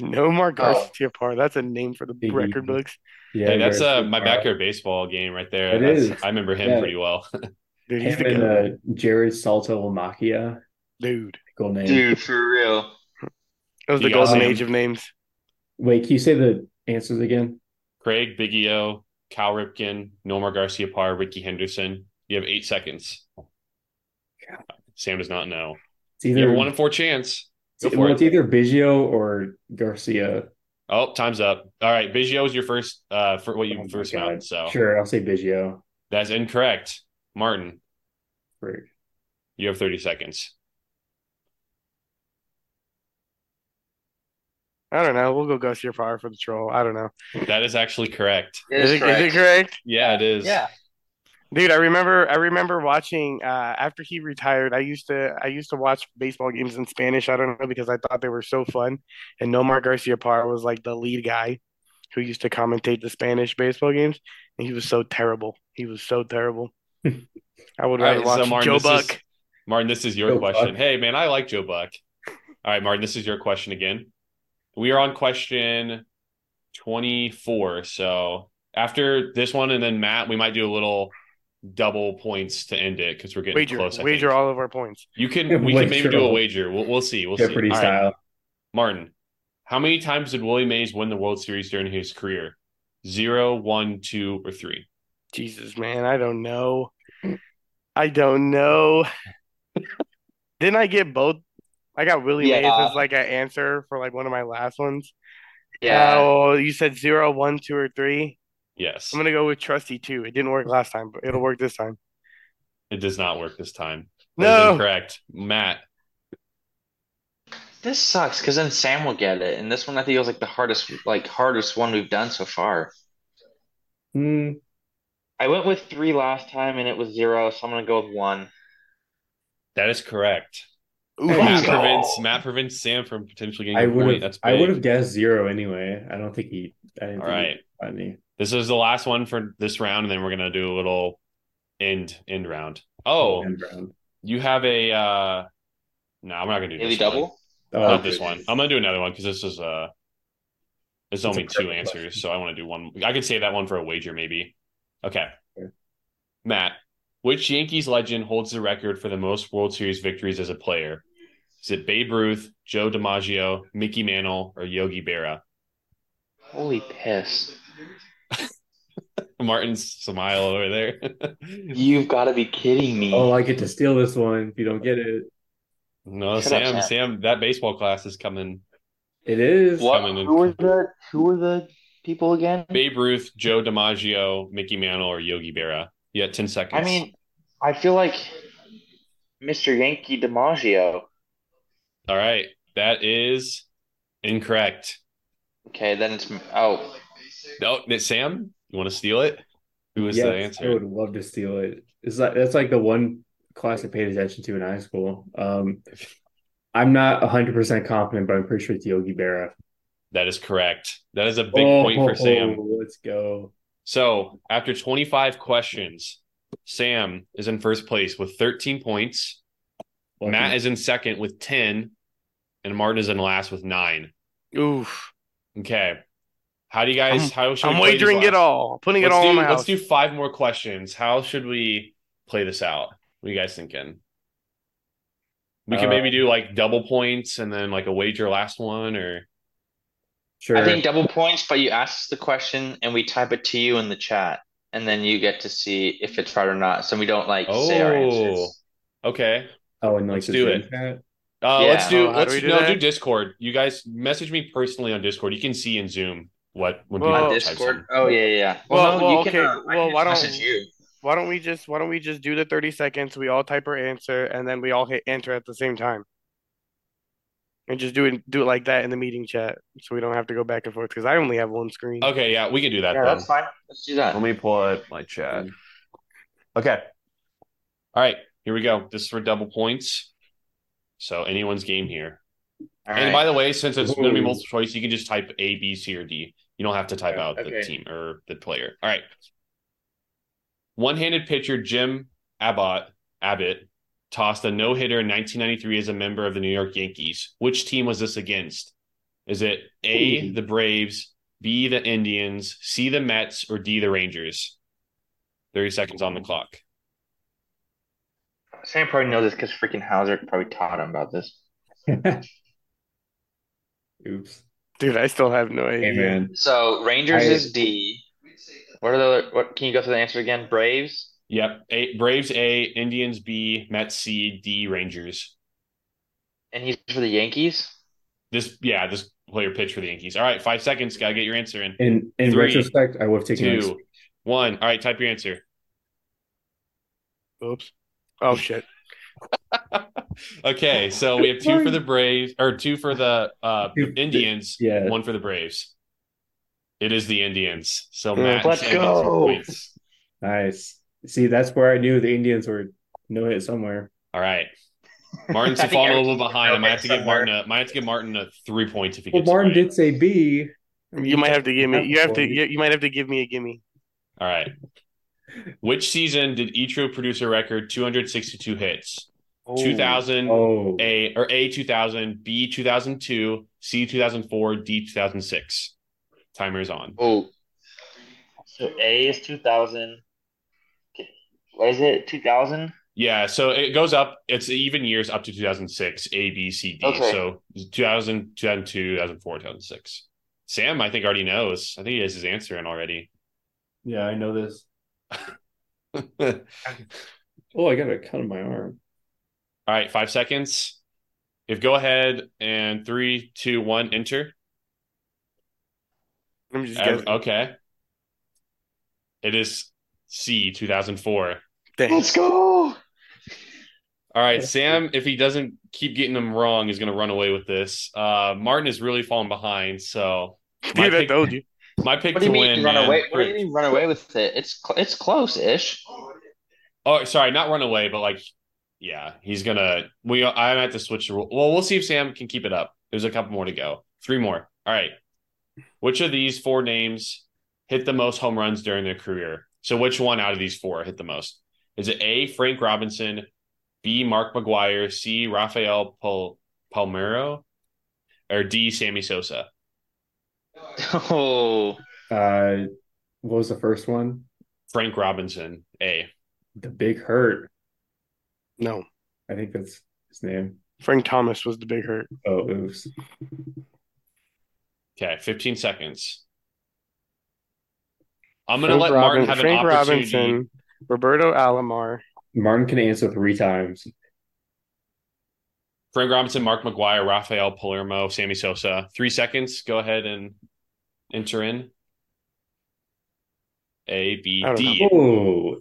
Speaker 1: Nomar
Speaker 5: Oh.
Speaker 1: Garcia Parra. That's a name for the
Speaker 3: Big
Speaker 1: record
Speaker 3: E.
Speaker 1: books.
Speaker 3: Yeah,
Speaker 2: Hey, that's uh,
Speaker 3: Garcia
Speaker 2: my
Speaker 3: Parra.
Speaker 2: backyard baseball game right there.
Speaker 3: It
Speaker 2: That's-
Speaker 3: is.
Speaker 2: I remember him
Speaker 3: Yeah.
Speaker 2: pretty well.
Speaker 1: Dude, he's
Speaker 3: Him
Speaker 1: the
Speaker 3: and
Speaker 1: goat.
Speaker 3: uh, Jared Salto Wamachia.
Speaker 1: Dude,
Speaker 3: Cool name.
Speaker 5: Dude, for real.
Speaker 1: that was the
Speaker 2: He
Speaker 1: golden
Speaker 2: also-
Speaker 1: age of names.
Speaker 3: Wait, can you say the answers again?
Speaker 2: Craig Biggio, Cal Ripken, Nomar Garcia Parr, Ricky Henderson. You have eight seconds. Sam does not know.
Speaker 3: It's
Speaker 2: You have
Speaker 3: either
Speaker 2: a one in four chance. Go for
Speaker 3: well,
Speaker 2: it.
Speaker 3: it's either Biggio or Garcia.
Speaker 2: Oh, time's up. All right, Biggio is your first. Uh, for what you
Speaker 3: Oh my
Speaker 2: first
Speaker 3: God.
Speaker 2: found. So
Speaker 3: Sure, I'll say Biggio.
Speaker 2: that's incorrect. Martin,
Speaker 3: Frick.
Speaker 2: you have thirty seconds.
Speaker 1: I don't know. We'll go Garcia Parra for the troll. I don't know.
Speaker 2: That is actually correct.
Speaker 5: It is
Speaker 1: is, it,
Speaker 5: correct.
Speaker 1: is it correct?
Speaker 2: Yeah, it is.
Speaker 5: Yeah.
Speaker 1: Dude, I remember I remember watching uh after he retired, I used to I used to watch baseball games in Spanish. I don't know because I thought they were so fun. And Nomar Garcia Parra was like the lead guy who used to commentate the Spanish baseball games, and he was so terrible. He was so terrible. I would
Speaker 2: All
Speaker 1: rather
Speaker 2: right,
Speaker 1: watch
Speaker 2: so Martin,
Speaker 1: Joe
Speaker 2: this
Speaker 1: Buck.
Speaker 2: is- Martin, this is your
Speaker 3: Joe
Speaker 2: question.
Speaker 3: Buck.
Speaker 2: Hey, man, I like Joe Buck. All right, Martin, this is your question again. We are on question 24. So after this one and then Matt, we might do a little double points to end it because we're getting
Speaker 1: wager
Speaker 2: close. I
Speaker 1: wager
Speaker 2: think.
Speaker 1: all of our points.
Speaker 2: you can we can maybe
Speaker 3: Wager
Speaker 2: do a
Speaker 3: all.
Speaker 2: wager. We'll, we'll see. We'll see.
Speaker 3: Jeopardy
Speaker 2: All right,
Speaker 3: style.
Speaker 2: Martin, how many times did Willie Mays win the World Series during his career? Zero, one, two, or three.
Speaker 1: Jesus, man, I don't know. I don't know. Didn't I get both? I got Willie Mays
Speaker 5: Yeah.
Speaker 1: as like an answer for like one of my last ones.
Speaker 5: Yeah.
Speaker 1: Oh, you said zero, one, two, or three.
Speaker 2: Yes.
Speaker 1: I'm gonna go with Trusty two. It didn't work last time, but it'll work this time.
Speaker 2: It does not work this time.
Speaker 1: No.
Speaker 2: Correct. Matt.
Speaker 5: This sucks because then Sam will get it, and this one I think was like the hardest, like hardest one we've done so far.
Speaker 3: Hmm.
Speaker 5: I went with three last time, and it was zero, so I'm gonna go with one.
Speaker 2: That is correct.
Speaker 1: Ooh,
Speaker 3: Hey,
Speaker 2: Matt
Speaker 3: Let's go.
Speaker 2: prevents Matt prevents Sam from potentially
Speaker 3: I
Speaker 2: getting a
Speaker 3: would
Speaker 2: point.
Speaker 3: have.
Speaker 2: That's
Speaker 3: I
Speaker 2: big.
Speaker 3: would have guessed zero anyway. I don't think he. I didn't
Speaker 2: All
Speaker 3: think he
Speaker 2: right.
Speaker 3: got any.
Speaker 2: This is the last one for this round, and then we're gonna do a little end end round. Oh,
Speaker 3: end round.
Speaker 2: you have a uh no, I'm not gonna do
Speaker 5: Daily
Speaker 2: this one.
Speaker 5: double?
Speaker 3: Oh,
Speaker 2: Not
Speaker 3: okay.
Speaker 2: this one. I'm gonna do another one because this is uh there's
Speaker 3: It's a
Speaker 2: only two
Speaker 3: perfect
Speaker 2: answers,
Speaker 3: question.
Speaker 2: so I want to do one. I could save that one for a wager, maybe. Okay.
Speaker 3: Sure.
Speaker 2: Matt, which Yankees legend holds the record for the most World Series victories as a player? Is it Babe Ruth, Joe DiMaggio, Mickey Mantle, or Yogi Berra?
Speaker 5: Holy piss.
Speaker 2: Martin's smile over there.
Speaker 5: You've got to be kidding me.
Speaker 3: Oh, I get to steal this one if you don't get it.
Speaker 2: no,
Speaker 5: Shut up,
Speaker 2: Sam,
Speaker 5: Sam.
Speaker 2: Sam, that baseball class is coming.
Speaker 3: It is.
Speaker 5: what?
Speaker 2: coming in-
Speaker 5: Who were the who were the people again?
Speaker 2: Babe Ruth, Joe DiMaggio, Mickey Mantle, or Yogi Berra? You got 10 seconds.
Speaker 5: I mean, I feel like Mr. Yankee DiMaggio.
Speaker 2: All right. That is incorrect.
Speaker 5: Okay, then it's oh
Speaker 2: No, that- Sam, you want to steal it? Who was the
Speaker 3: Yes, I
Speaker 2: answer?
Speaker 3: would love to steal it. It's like that's like the one class I paid attention to in high school. Um, I'm not 100 percent confident, but I'm pretty sure it's Yogi Berra.
Speaker 2: That is correct. That is a big point for Sam.
Speaker 3: Oh, Let's go.
Speaker 2: So, after 25 questions, Sam is in first place with 13 points.
Speaker 3: Lucky.
Speaker 2: Matt is in second with 10, and Martin is in last with nine.
Speaker 1: Oof.
Speaker 2: Okay. How do you guys?
Speaker 1: I'm-
Speaker 2: how should we
Speaker 1: I'm
Speaker 2: play these
Speaker 1: wagering it
Speaker 2: last-
Speaker 1: all. Putting it
Speaker 2: Let's
Speaker 1: all
Speaker 2: do,
Speaker 1: on my
Speaker 2: let's
Speaker 1: house.
Speaker 2: do five more questions. How should we play this out? What are you guys thinking? We can
Speaker 3: Uh,
Speaker 2: maybe do like double points and then like a wager last one or
Speaker 3: Sure.
Speaker 5: I think double points, but you ask us the question and we type it to you in the chat, and then you get to see if it's right or not. So we don't like say our
Speaker 2: oh
Speaker 5: answers.
Speaker 2: okay.
Speaker 3: oh, and like
Speaker 2: let's
Speaker 3: the
Speaker 2: do
Speaker 3: Zoom
Speaker 2: it.
Speaker 3: chat?
Speaker 2: Uh
Speaker 5: Yeah.
Speaker 2: let's do
Speaker 1: Oh, how do
Speaker 2: let's
Speaker 1: we do
Speaker 2: no
Speaker 1: that?
Speaker 2: do Discord. You guys message me personally on Discord. You can see in Zoom what when
Speaker 1: Well-
Speaker 2: people
Speaker 5: On
Speaker 1: Oh,
Speaker 2: type
Speaker 5: Discord.
Speaker 2: something.
Speaker 5: Oh yeah, yeah, yeah.
Speaker 1: Well,
Speaker 5: no,
Speaker 1: well,
Speaker 5: you
Speaker 1: okay,
Speaker 5: Can, uh, I
Speaker 1: well,
Speaker 5: can
Speaker 1: why don't-
Speaker 5: message you?
Speaker 1: Why don't we just why don't we just do the 30 seconds? We all type our answer and then we all hit enter at the same time. And just do it do it like that in the meeting chat so we don't have to go back and forth because I only have one screen.
Speaker 2: Okay, yeah, we can do that
Speaker 5: Yeah,
Speaker 2: then.
Speaker 5: that's fine. Mm. Let's do that.
Speaker 2: me pull up my chat. Okay. All right, here we go. This is for double points. So anyone's game here.
Speaker 5: All
Speaker 2: and
Speaker 5: right.
Speaker 2: by the way, since it's going to be
Speaker 3: Ooh.
Speaker 2: multiple choice, you can just type A, B, C, or D. You don't have to type
Speaker 5: Oh,
Speaker 2: out the
Speaker 5: okay.
Speaker 2: team or the player. All right. One-handed pitcher Jim Abbott Abbott tossed a no-hitter in 1993 as a member of the New York Yankees. Which team was this against? Is it A,
Speaker 3: Ooh.
Speaker 2: the Braves, B, the Indians, C, the Mets, or D, the Rangers? 30 seconds on the clock.
Speaker 5: Sam probably knows this because freaking Hauser probably taught him about this.
Speaker 3: Oops.
Speaker 1: Dude, I still have no idea.
Speaker 3: Hey man.
Speaker 5: So Rangers
Speaker 3: I-
Speaker 5: is D. What are the other- what? Can you go through the answer again? Braves.
Speaker 2: Yep. A, Braves A, Indians B, Mets C, D, Rangers.
Speaker 5: And he's for the Yankees?
Speaker 2: This, yeah, this player pitch for the Yankees. All right, five seconds. Gotta get your answer in.
Speaker 3: In in
Speaker 2: Three,
Speaker 3: retrospect, I would have taken.
Speaker 2: Two, one. All right, type your answer.
Speaker 1: Oops. Oh shit.
Speaker 2: Okay, so we have two for the Braves or two for the uh,
Speaker 3: Two for the-
Speaker 2: Indians,
Speaker 3: Yeah.
Speaker 2: one for the Braves. It is the Indians. So
Speaker 1: Yeah.
Speaker 2: Matt, and
Speaker 5: Let's
Speaker 2: Sam get
Speaker 5: go.
Speaker 2: some points.
Speaker 3: Nice. See, that's where I knew the Indians were no hit somewhere.
Speaker 2: All right. Martin's
Speaker 5: I
Speaker 2: to
Speaker 5: think
Speaker 2: fall a little
Speaker 5: everything's
Speaker 2: behind. I might have to give
Speaker 5: somewhere.
Speaker 2: Martin a might have to give Martin a three points if he
Speaker 3: Well,
Speaker 2: gets it
Speaker 3: Martin
Speaker 2: right.
Speaker 3: did say B.
Speaker 1: You might have to give me you have to
Speaker 3: Yeah.
Speaker 1: you, you might have to give me a gimme.
Speaker 2: All right. Which season did Ichiro produce a record 262 hits? 2000
Speaker 3: Oh,
Speaker 2: A or A 2000, B 2002, C 2004, D 2006. Timer is on.
Speaker 5: Oh. So A is 2000. What is it? 2000?
Speaker 2: Yeah, so it goes up. It's even years up to 2006, A, B, C, D.
Speaker 5: Okay.
Speaker 2: So 2000, 2002, 2004, 2006. Sam, I think, already knows. I think he has his answer in already.
Speaker 3: yeah, I know this.
Speaker 2: All
Speaker 3: Oh, I got a cut on my arm.
Speaker 2: right, five seconds. If go ahead and three, two, one, enter.
Speaker 1: I'm just
Speaker 2: Ev-
Speaker 1: guessing.
Speaker 2: okay. It is C 2004.
Speaker 1: Dang.
Speaker 5: go.
Speaker 2: All right, Sam, if he doesn't keep getting them wrong, is going to run away with this. Uh, Martin is really falling behind. So my
Speaker 1: Dude, I
Speaker 2: pick,
Speaker 1: told you.
Speaker 2: my pick
Speaker 5: What do
Speaker 2: to
Speaker 5: you mean
Speaker 2: win.
Speaker 5: run
Speaker 2: man.
Speaker 5: away? What do you mean run away with it? It's cl- it's close ish.
Speaker 2: Oh, sorry, not run away, but like yeah, he's gonna. We I might have to switch the rule. Well, we'll see if Sam can keep it up. There's a couple more to go. Three more. All right. Which of these four names hit the most home runs during their career? So which one out of these four hit the most? Is it A. Frank Robinson, B. Mark McGuire, C. Rafael Pal- Palmero, or D. Sammy Sosa?
Speaker 5: Oh,
Speaker 3: Uh, what was the first one?
Speaker 2: Frank Robinson, A.
Speaker 3: The Big Hurt.
Speaker 1: No,
Speaker 3: I think that's his name.
Speaker 1: Frank Thomas was the big hurt.
Speaker 3: Oh, oops.
Speaker 2: Okay, 15 seconds. I'm gonna
Speaker 1: Frank
Speaker 2: let Martin
Speaker 1: Robin-
Speaker 2: have
Speaker 1: Frank
Speaker 2: an opportunity.
Speaker 1: Robinson, Roberto Alomar.
Speaker 3: Martin can answer three times.
Speaker 2: Frank Robinson, Mark McGuire, Rafael Palermo, Sammy Sosa. Three seconds. Go ahead and enter in. A B
Speaker 1: I don't
Speaker 2: D.
Speaker 3: Oh,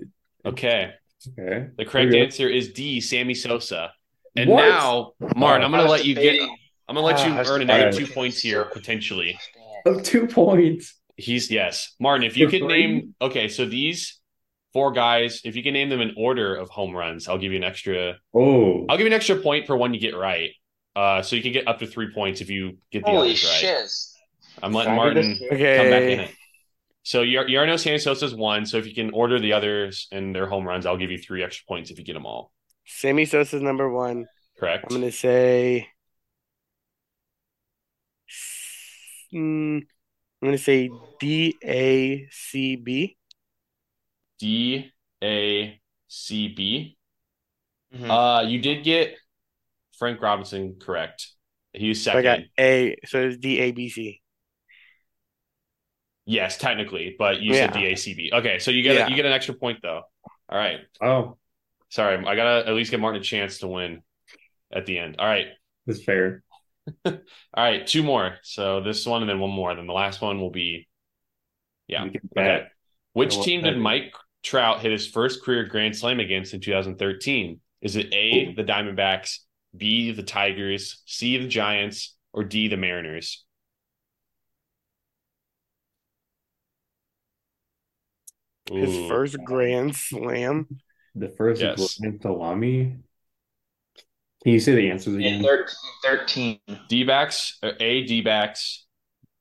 Speaker 2: Okay.
Speaker 3: okay.
Speaker 2: The correct
Speaker 3: Okay.
Speaker 2: answer is D, Sammy Sosa. And
Speaker 3: What?
Speaker 2: now, Martin, I'm
Speaker 5: I
Speaker 2: gonna
Speaker 5: was
Speaker 2: let you get
Speaker 5: debating-
Speaker 2: I'm gonna let
Speaker 1: Ah,
Speaker 2: you
Speaker 1: I was
Speaker 2: earn another
Speaker 3: debating.
Speaker 2: two points here potentially.
Speaker 3: Of two points.
Speaker 2: He's yes. Martin, if you
Speaker 3: For
Speaker 2: could
Speaker 3: free?
Speaker 2: name okay, so these four guys, if you can name them in order of home runs, I'll give you an extra
Speaker 3: Oh,
Speaker 2: I'll give you an extra point for one you get right. Uh, so you can get up to three points if you get the
Speaker 5: Holy
Speaker 2: others right.
Speaker 5: shit.
Speaker 2: I'm letting
Speaker 5: How did
Speaker 2: Martin
Speaker 5: this-
Speaker 2: come back
Speaker 1: Okay.
Speaker 2: in it. So Yar- Yarno San Sosa's one. So if you can order the others and their home runs, I'll give you three extra points if you get them all.
Speaker 1: Sammy Sosa's number one.
Speaker 2: Correct.
Speaker 1: I'm gonna say. Mm, I'm gonna say D A C B.
Speaker 2: D A C B.
Speaker 1: Hmm.
Speaker 5: Mhm.
Speaker 2: Uh, you did get Frank Robinson correct. He was
Speaker 1: I
Speaker 2: second.
Speaker 1: got A, so it's D A B C.
Speaker 2: Yes, technically, but you said
Speaker 1: Yeah.
Speaker 2: D A C B. Okay, so you get
Speaker 1: Yeah.
Speaker 2: you get an extra point though. All right.
Speaker 3: oh,
Speaker 2: Sorry, I gotta at least give Martin a chance to win at the end. All right.
Speaker 3: that's fair.
Speaker 2: All right, two more. So this one and then one more. Then the last one will be Yeah.
Speaker 3: We can
Speaker 2: okay.
Speaker 3: bet.
Speaker 2: Which
Speaker 3: Well,
Speaker 2: team did
Speaker 3: that-
Speaker 2: Mike Trout hit his first career grand slam against in 2013? Is it A, the Diamondbacks, B, the Tigers, C, the Giants, or D, the Mariners?
Speaker 1: His
Speaker 2: Ooh.
Speaker 1: first grand slam.
Speaker 3: The first
Speaker 2: Yes.
Speaker 3: is Glenn Salami. Can you say the answers
Speaker 5: In
Speaker 3: again?
Speaker 5: 13, 13.
Speaker 2: D backs, or uh, A, D backs,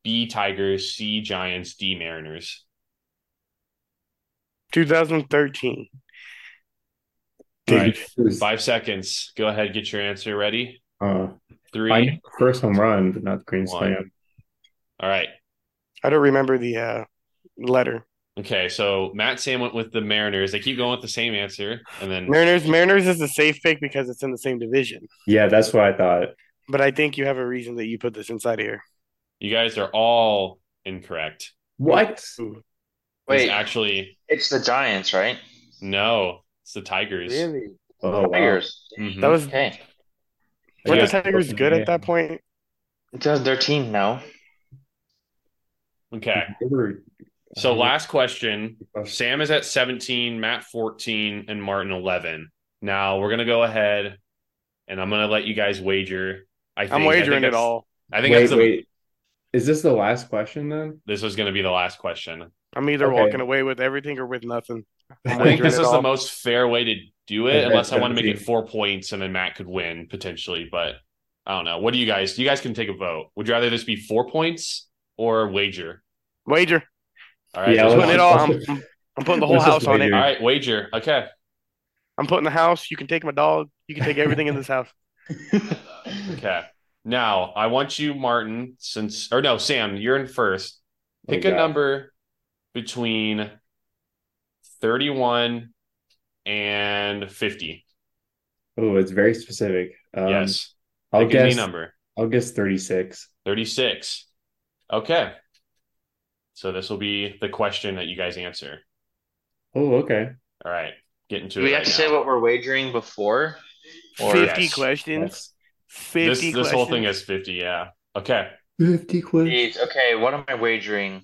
Speaker 2: B, Tigers, C, Giants, D, Mariners.
Speaker 1: 2013.
Speaker 3: Did you
Speaker 2: Right.
Speaker 3: choose-
Speaker 2: Five seconds. Go ahead, get your answer ready.
Speaker 3: uh,
Speaker 2: Three.
Speaker 3: I know the first home run, but not the Grand
Speaker 2: One.
Speaker 3: Slam.
Speaker 2: All right.
Speaker 1: I don't remember the uh, letter.
Speaker 2: Okay, so Matt Sam went with the Mariners. They keep going with the same answer, and then
Speaker 1: Mariners. Mariners is a safe pick because it's in the same division.
Speaker 3: Yeah, that's what I thought.
Speaker 1: But I think you have a reason that you put this inside here.
Speaker 2: you guys are all incorrect.
Speaker 3: What? Oh,
Speaker 2: It's
Speaker 5: Wait,
Speaker 2: actually,
Speaker 5: it's the Giants, right?
Speaker 2: no, it's the Tigers.
Speaker 3: Oh, wow.
Speaker 5: Tigers.
Speaker 2: Mhm.
Speaker 1: That was
Speaker 5: Okay.
Speaker 1: weren't
Speaker 2: Yeah.
Speaker 1: the Tigers good at that point?
Speaker 5: It does their team now.
Speaker 2: Okay,
Speaker 3: They were-
Speaker 2: so
Speaker 3: Uh,
Speaker 2: last question. Sam is at 17, Matt 14, and Martin 11. Now we're gonna go ahead, and I'm gonna let you guys wager. I think,
Speaker 1: I'm
Speaker 2: I think
Speaker 1: wagering it
Speaker 2: that's-
Speaker 1: all.
Speaker 2: I think
Speaker 3: Wait,
Speaker 2: that's the,
Speaker 3: wait. Is this the last question then?
Speaker 2: this was gonna be the last question.
Speaker 1: I'm either
Speaker 3: Okay.
Speaker 1: walking away with everything or with nothing.
Speaker 2: I
Speaker 1: wagering
Speaker 2: think this
Speaker 1: it
Speaker 2: is
Speaker 1: all.
Speaker 2: the most fair way to do it,
Speaker 3: Okay,
Speaker 2: unless I want to make it
Speaker 3: 17.
Speaker 2: four points and then Matt could win potentially. But I don't know. What do you guys? You guys can take a vote. Would you rather this be four points or wager?
Speaker 1: Wager.
Speaker 2: All right,
Speaker 3: Yeah,
Speaker 2: so
Speaker 1: I'm
Speaker 3: let's-
Speaker 2: one-
Speaker 1: putting it all. I'm, I'm putting the whole
Speaker 3: Let's
Speaker 1: house
Speaker 3: just
Speaker 1: on it.
Speaker 3: wager.
Speaker 2: all right, wager. Okay,
Speaker 1: I'm putting the house. You can take my dog. You can take everything in this house.
Speaker 2: okay. Now I want you, Martin, since or no, Sam, you're in first. Pick
Speaker 3: Oh,
Speaker 2: a
Speaker 3: God.
Speaker 2: number between thirty-one and fifty.
Speaker 3: Oh, it's very specific. Um,
Speaker 2: yes,
Speaker 3: I'll
Speaker 2: pick
Speaker 3: guess.
Speaker 2: any number.
Speaker 3: I'll guess thirty-six.
Speaker 2: 36. Okay. So this will be the question that you guys answer.
Speaker 3: Oh, okay.
Speaker 2: All right. Get into
Speaker 5: Do
Speaker 2: it.
Speaker 5: we have
Speaker 2: right
Speaker 5: to
Speaker 2: now.
Speaker 5: say what we're wagering before? Or-
Speaker 1: Fifty
Speaker 2: Yes.
Speaker 1: questions. Fifty.
Speaker 2: this this
Speaker 1: questions.
Speaker 2: whole thing is 50, yeah. Okay.
Speaker 3: Fifty questions.
Speaker 5: Jeez, okay, what am I wagering?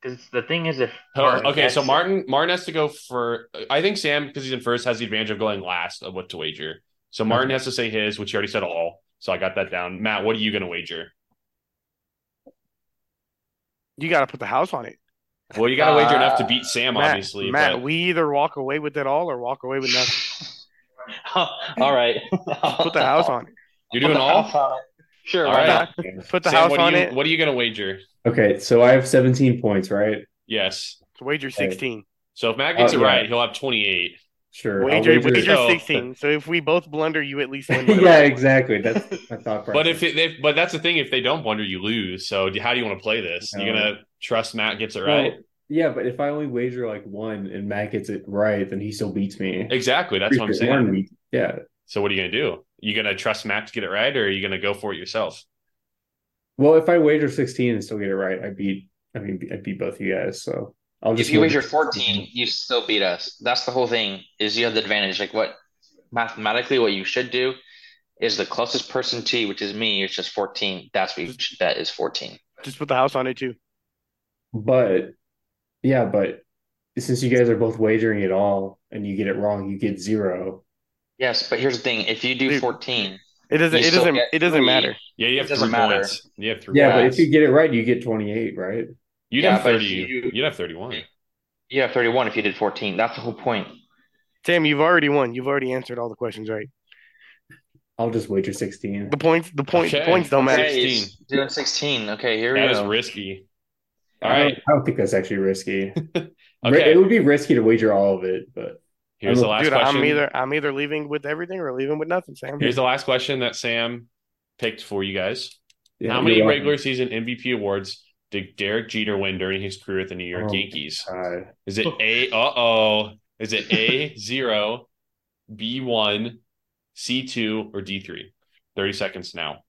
Speaker 5: Because the thing is, if
Speaker 2: So-
Speaker 5: Martin
Speaker 2: okay, so
Speaker 5: gets it-
Speaker 2: Martin Martin has to go for I think Sam, because he's in first, has the advantage of going last of what to wager. So Martin has to say his, which he already said all. So I got that down. Matt, what are you gonna wager?
Speaker 1: You got to put the house on it.
Speaker 2: Well, you gotta wager
Speaker 5: Uh,
Speaker 2: enough to beat Sam,
Speaker 1: Matt,
Speaker 2: obviously.
Speaker 1: Matt,
Speaker 2: but
Speaker 1: we either walk away with it all or walk away with nothing.
Speaker 5: Oh, All right.
Speaker 1: Put the house on it.
Speaker 2: You're doing all?
Speaker 5: Sure.
Speaker 2: All
Speaker 5: why not?
Speaker 2: right.
Speaker 1: Put the
Speaker 2: Sam,
Speaker 1: house
Speaker 2: what
Speaker 1: on
Speaker 2: are you,
Speaker 1: it.
Speaker 2: What are you going to wager?
Speaker 3: Okay, so I have 17 points, right?
Speaker 2: Yes.
Speaker 1: Wager
Speaker 3: Hey.
Speaker 1: 16.
Speaker 2: So if Matt gets
Speaker 3: Oh,
Speaker 2: it
Speaker 3: yeah.
Speaker 2: right, he'll have 28.
Speaker 3: Sure. I'll
Speaker 1: Wager,
Speaker 3: wager-
Speaker 1: wager
Speaker 2: So-
Speaker 1: 16. So if we both blunder, you at least win.
Speaker 3: yeah, exactly. That's my thought process.
Speaker 2: But if, it, if but that's the thing, if they don't wonder, you lose. So do- how do you want to play this? You're
Speaker 3: No.
Speaker 2: gonna trust Matt gets it
Speaker 3: Well,
Speaker 2: right.
Speaker 3: yeah, but if I only wager like one and Matt gets it right, then he still beats me.
Speaker 2: Exactly. That's what I'm saying.
Speaker 3: One week. Yeah.
Speaker 2: So what are you gonna do? You gonna trust Matt to get it right, or are you gonna go for it yourself?
Speaker 3: Well, if I wager 16 and still get it right, I beat. I mean, I beat both you guys. So I'll just
Speaker 5: If you
Speaker 3: wager
Speaker 5: wager 14, you still beat us. That's the whole thing, is you have the advantage. Like what mathematically what you should do is the closest person to you, which is me, it's just 14. That's what you should bet is 14.
Speaker 1: Just put the house on it too.
Speaker 3: But yeah, but since you guys are both wagering it all and you get it wrong, you get zero.
Speaker 5: Yes, but here's the thing. If you do
Speaker 1: Dude,
Speaker 5: 14,
Speaker 1: It doesn't.
Speaker 5: You
Speaker 1: It
Speaker 5: still
Speaker 1: doesn't.
Speaker 5: get
Speaker 1: It doesn't
Speaker 5: three.
Speaker 1: matter.
Speaker 2: Yeah, you
Speaker 5: It
Speaker 2: have
Speaker 5: doesn't
Speaker 2: three
Speaker 5: matter.
Speaker 2: points. You have three
Speaker 3: Yeah, but
Speaker 2: points.
Speaker 3: if you get it right, you get 28, right?
Speaker 2: You'd
Speaker 5: Yeah,
Speaker 2: have
Speaker 5: but if
Speaker 2: 30.
Speaker 5: you-
Speaker 2: You'd have 31.
Speaker 5: you have 31 if you did 14. That's the whole point.
Speaker 1: Sam, you've already won. You've already answered all the questions right.
Speaker 3: I'll just wager 16.
Speaker 1: The points. The point. The
Speaker 2: Okay.
Speaker 1: points don't matter.
Speaker 5: Okay, it's Doing 16. Okay, here we
Speaker 2: That is
Speaker 5: go.
Speaker 2: risky. All
Speaker 3: I don't,
Speaker 2: right.
Speaker 3: I don't think that's actually risky. Ri-
Speaker 2: Okay.
Speaker 3: It would be risky to wager all of it, but
Speaker 2: Here's the
Speaker 3: I'm-
Speaker 2: last
Speaker 1: Dude,
Speaker 2: question.
Speaker 1: I'm either. I'm either leaving with everything or leaving with nothing, Sam.
Speaker 2: Here's the last question that Sam picked for you guys.
Speaker 3: yeah,
Speaker 2: How many
Speaker 3: you're welcome.
Speaker 2: regular season MVP awards did Derek Jeter win during his career with the New York
Speaker 3: Oh.
Speaker 2: Yankees?
Speaker 3: Uh,
Speaker 2: Is it A? Uh oh. Is it A zero, B one, C two, or D three? Thirty seconds now.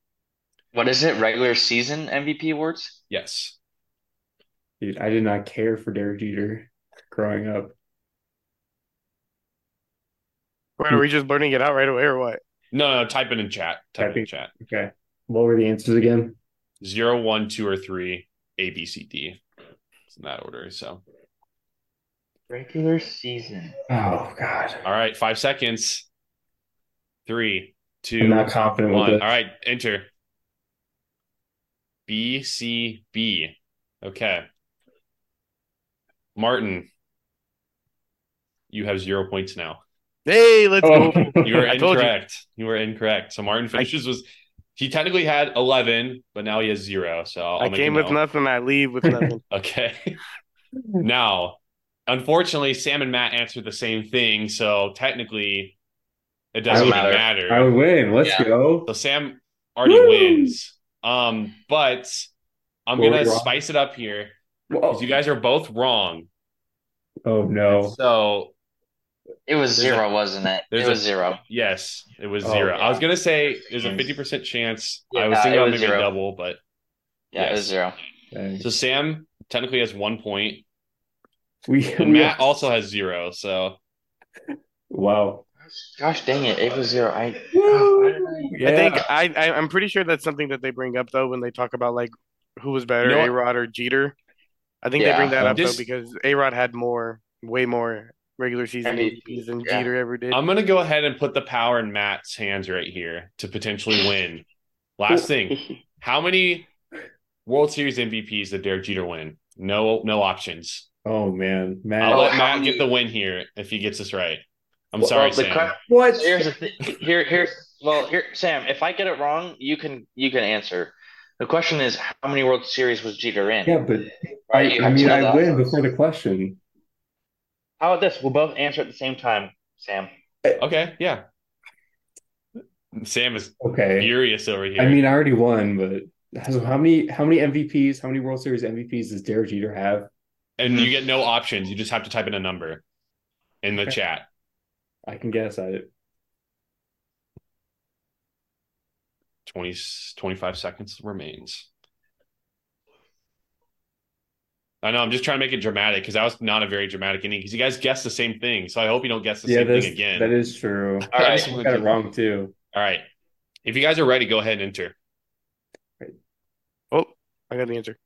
Speaker 5: What is it? Regular season MVP awards?
Speaker 2: Yes.
Speaker 3: dude, I did not care for Derek Jeter growing up.
Speaker 1: Right, are we just burning it out right away or what?
Speaker 2: No, no. Type it in chat. Type it in
Speaker 3: Typing.
Speaker 2: chat.
Speaker 3: Okay. What were the answers again?
Speaker 2: Zero, one, two, or three. A, B, C, D. It's in that order. So,
Speaker 5: Regular season.
Speaker 3: Oh, God.
Speaker 2: all right. Five seconds. Three,
Speaker 3: I'm
Speaker 2: two,
Speaker 3: not confident with
Speaker 2: one.
Speaker 3: it.
Speaker 2: All right. Enter. B, C, B. Okay. Martin, you have zero points now.
Speaker 1: Hey, let's
Speaker 3: Oh.
Speaker 1: go.
Speaker 2: You are
Speaker 1: I told you.
Speaker 2: incorrect. You were incorrect. So Martin finishes was he technically had eleven, but now he has zero. So I'll
Speaker 1: I
Speaker 2: make
Speaker 1: came
Speaker 2: him
Speaker 1: with
Speaker 2: know.
Speaker 1: nothing. I leave with nothing.
Speaker 2: Okay. now, unfortunately, Sam and Matt answered the same thing, so technically, it doesn't
Speaker 3: Doesn't
Speaker 2: really
Speaker 5: matter.
Speaker 2: matter.
Speaker 3: I would win. Let's
Speaker 5: Yeah.
Speaker 3: go.
Speaker 2: So Sam already
Speaker 3: Woo!
Speaker 2: wins. Um, but I'm
Speaker 3: Were we
Speaker 2: gonna
Speaker 3: wrong?
Speaker 2: spice it up here
Speaker 3: Whoa.
Speaker 2: because you guys are both wrong.
Speaker 3: oh, no.
Speaker 2: So
Speaker 5: It was
Speaker 2: There's a-
Speaker 5: zero, wasn't it? It
Speaker 2: there's
Speaker 5: was
Speaker 2: a-
Speaker 5: zero.
Speaker 2: yes, it was
Speaker 3: Oh,
Speaker 2: zero. I
Speaker 5: yeah.
Speaker 2: was gonna say there's a fifty percent chance. I was
Speaker 5: Yeah,
Speaker 2: thinking
Speaker 5: it
Speaker 2: about
Speaker 5: was
Speaker 2: maybe a
Speaker 5: zero.
Speaker 2: double, but
Speaker 5: Yeah, it was
Speaker 2: Yes.
Speaker 5: zero.
Speaker 3: Dang.
Speaker 2: so Sam technically has one point,
Speaker 3: We,
Speaker 2: and
Speaker 3: we-
Speaker 2: Matt also has zero. So
Speaker 3: Wow.
Speaker 5: Gosh dang it, it was zero. I,
Speaker 3: Woo!
Speaker 5: why did I-
Speaker 1: I think
Speaker 3: Yeah.
Speaker 1: I, I I'm pretty sure that's something that they bring up though when they talk about like who was better,
Speaker 2: You know
Speaker 1: A
Speaker 2: what?
Speaker 1: Rod or Jeter. I think they bring
Speaker 5: Yeah.
Speaker 1: that up
Speaker 2: This-
Speaker 1: though because A Rod had more, way more regular season
Speaker 5: MVP,
Speaker 1: MVPs than
Speaker 5: yeah.
Speaker 1: Jeter ever did.
Speaker 2: I'm gonna go ahead and put the power in Matt's hands right here to potentially win. Last thing, how many World Series MVPs did Derek Jeter win? No, no options.
Speaker 3: Oh, man.
Speaker 2: I'll
Speaker 3: Matt.
Speaker 2: let
Speaker 5: how
Speaker 2: Matt
Speaker 5: many-
Speaker 2: get the win here if he gets this right. I'm
Speaker 5: Well,
Speaker 2: sorry,
Speaker 5: the
Speaker 2: Sam.
Speaker 5: cra-
Speaker 3: What?
Speaker 5: Here's the thing. Here, here. Well, here, Sam. If I get it wrong, you can you can answer. The question is, how many World Series was Jeter in?
Speaker 3: Yeah, but
Speaker 5: Right,
Speaker 3: I,
Speaker 5: you
Speaker 3: I
Speaker 5: have
Speaker 3: mean,
Speaker 5: to
Speaker 3: I
Speaker 5: know
Speaker 3: win
Speaker 5: that.
Speaker 3: before the question.
Speaker 5: How about this? We'll both answer at the same time, Sam.
Speaker 2: okay, yeah. Sam is
Speaker 3: Okay.
Speaker 2: furious over here.
Speaker 3: I mean, I already won, but so how many how many MVPs, how many World Series MVPs does Derek Jeter have?
Speaker 2: and you get no options. You just have to type in a number in the chat.
Speaker 3: I can guess at it.
Speaker 2: 20, 25 seconds remains. I know. I'm just trying to make it dramatic because that was not a very dramatic inning because you guys guessed the same thing. So I hope you don't guess the
Speaker 3: Yeah,
Speaker 2: same
Speaker 3: that's,
Speaker 2: thing again.
Speaker 3: that is true.
Speaker 2: All right.
Speaker 5: I
Speaker 2: I
Speaker 5: just
Speaker 3: I got it wrong too.
Speaker 2: All right. If you guys are ready, go ahead and enter.
Speaker 1: oh, I got the answer.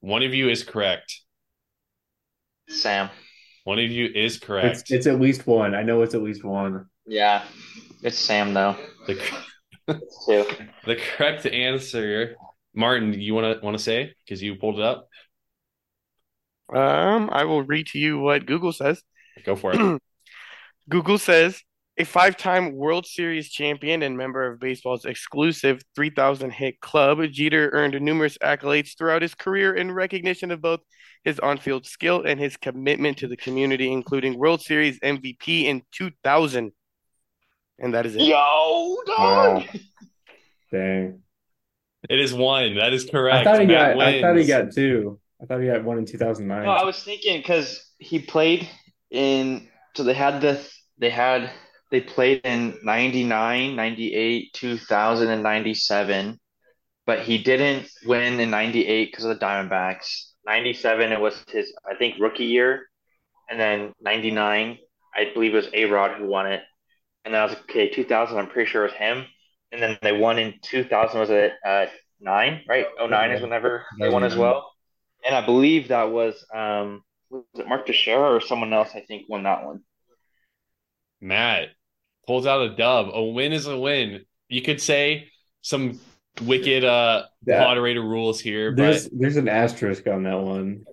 Speaker 2: One of you is correct.
Speaker 5: Sam.
Speaker 2: One of you is
Speaker 3: It's,
Speaker 2: correct.
Speaker 3: it's at least one. I know it's at least one.
Speaker 5: Yeah, it's Sam though.
Speaker 2: the, cor-
Speaker 5: It's two.
Speaker 2: the correct answer, Martin. You want to want to say because you pulled it up.
Speaker 1: Um, I will read to you what Google says.
Speaker 2: Go for it.
Speaker 1: Google says a five-time World Series champion and member of baseball's exclusive 3,000 hit club, Jeter earned numerous accolades throughout his career in recognition of both his on-field skill and his commitment to the community, including World Series MVP in 2000. And that is it.
Speaker 5: Yo, dog.
Speaker 3: Dang.
Speaker 2: It is one. That is correct.
Speaker 3: I thought he
Speaker 2: Matt
Speaker 3: got I thought he
Speaker 2: wins.
Speaker 3: got two. I thought he got one in two thousand nine.
Speaker 5: No, I was thinking because he played in, so they had the, they had, they played in 99, 98, 2000, and 97, but he didn't win in 98 because of the Diamondbacks. 97, it was his, I think, rookie year. And then 99, I believe it was A Rod who won it. And then I was like, okay, 2000, I'm pretty sure it was him. And then they won in 2000, was it uh, nine, right? Oh nine is whenever they won as well. And I believe that was, um, was it Mark Teixeira or someone else, I think, won that one.
Speaker 2: Matt pulls out a dub. A win is a win. You could say some wicked uh
Speaker 3: That-
Speaker 2: moderator rules here, but
Speaker 3: There's there's an asterisk on that one.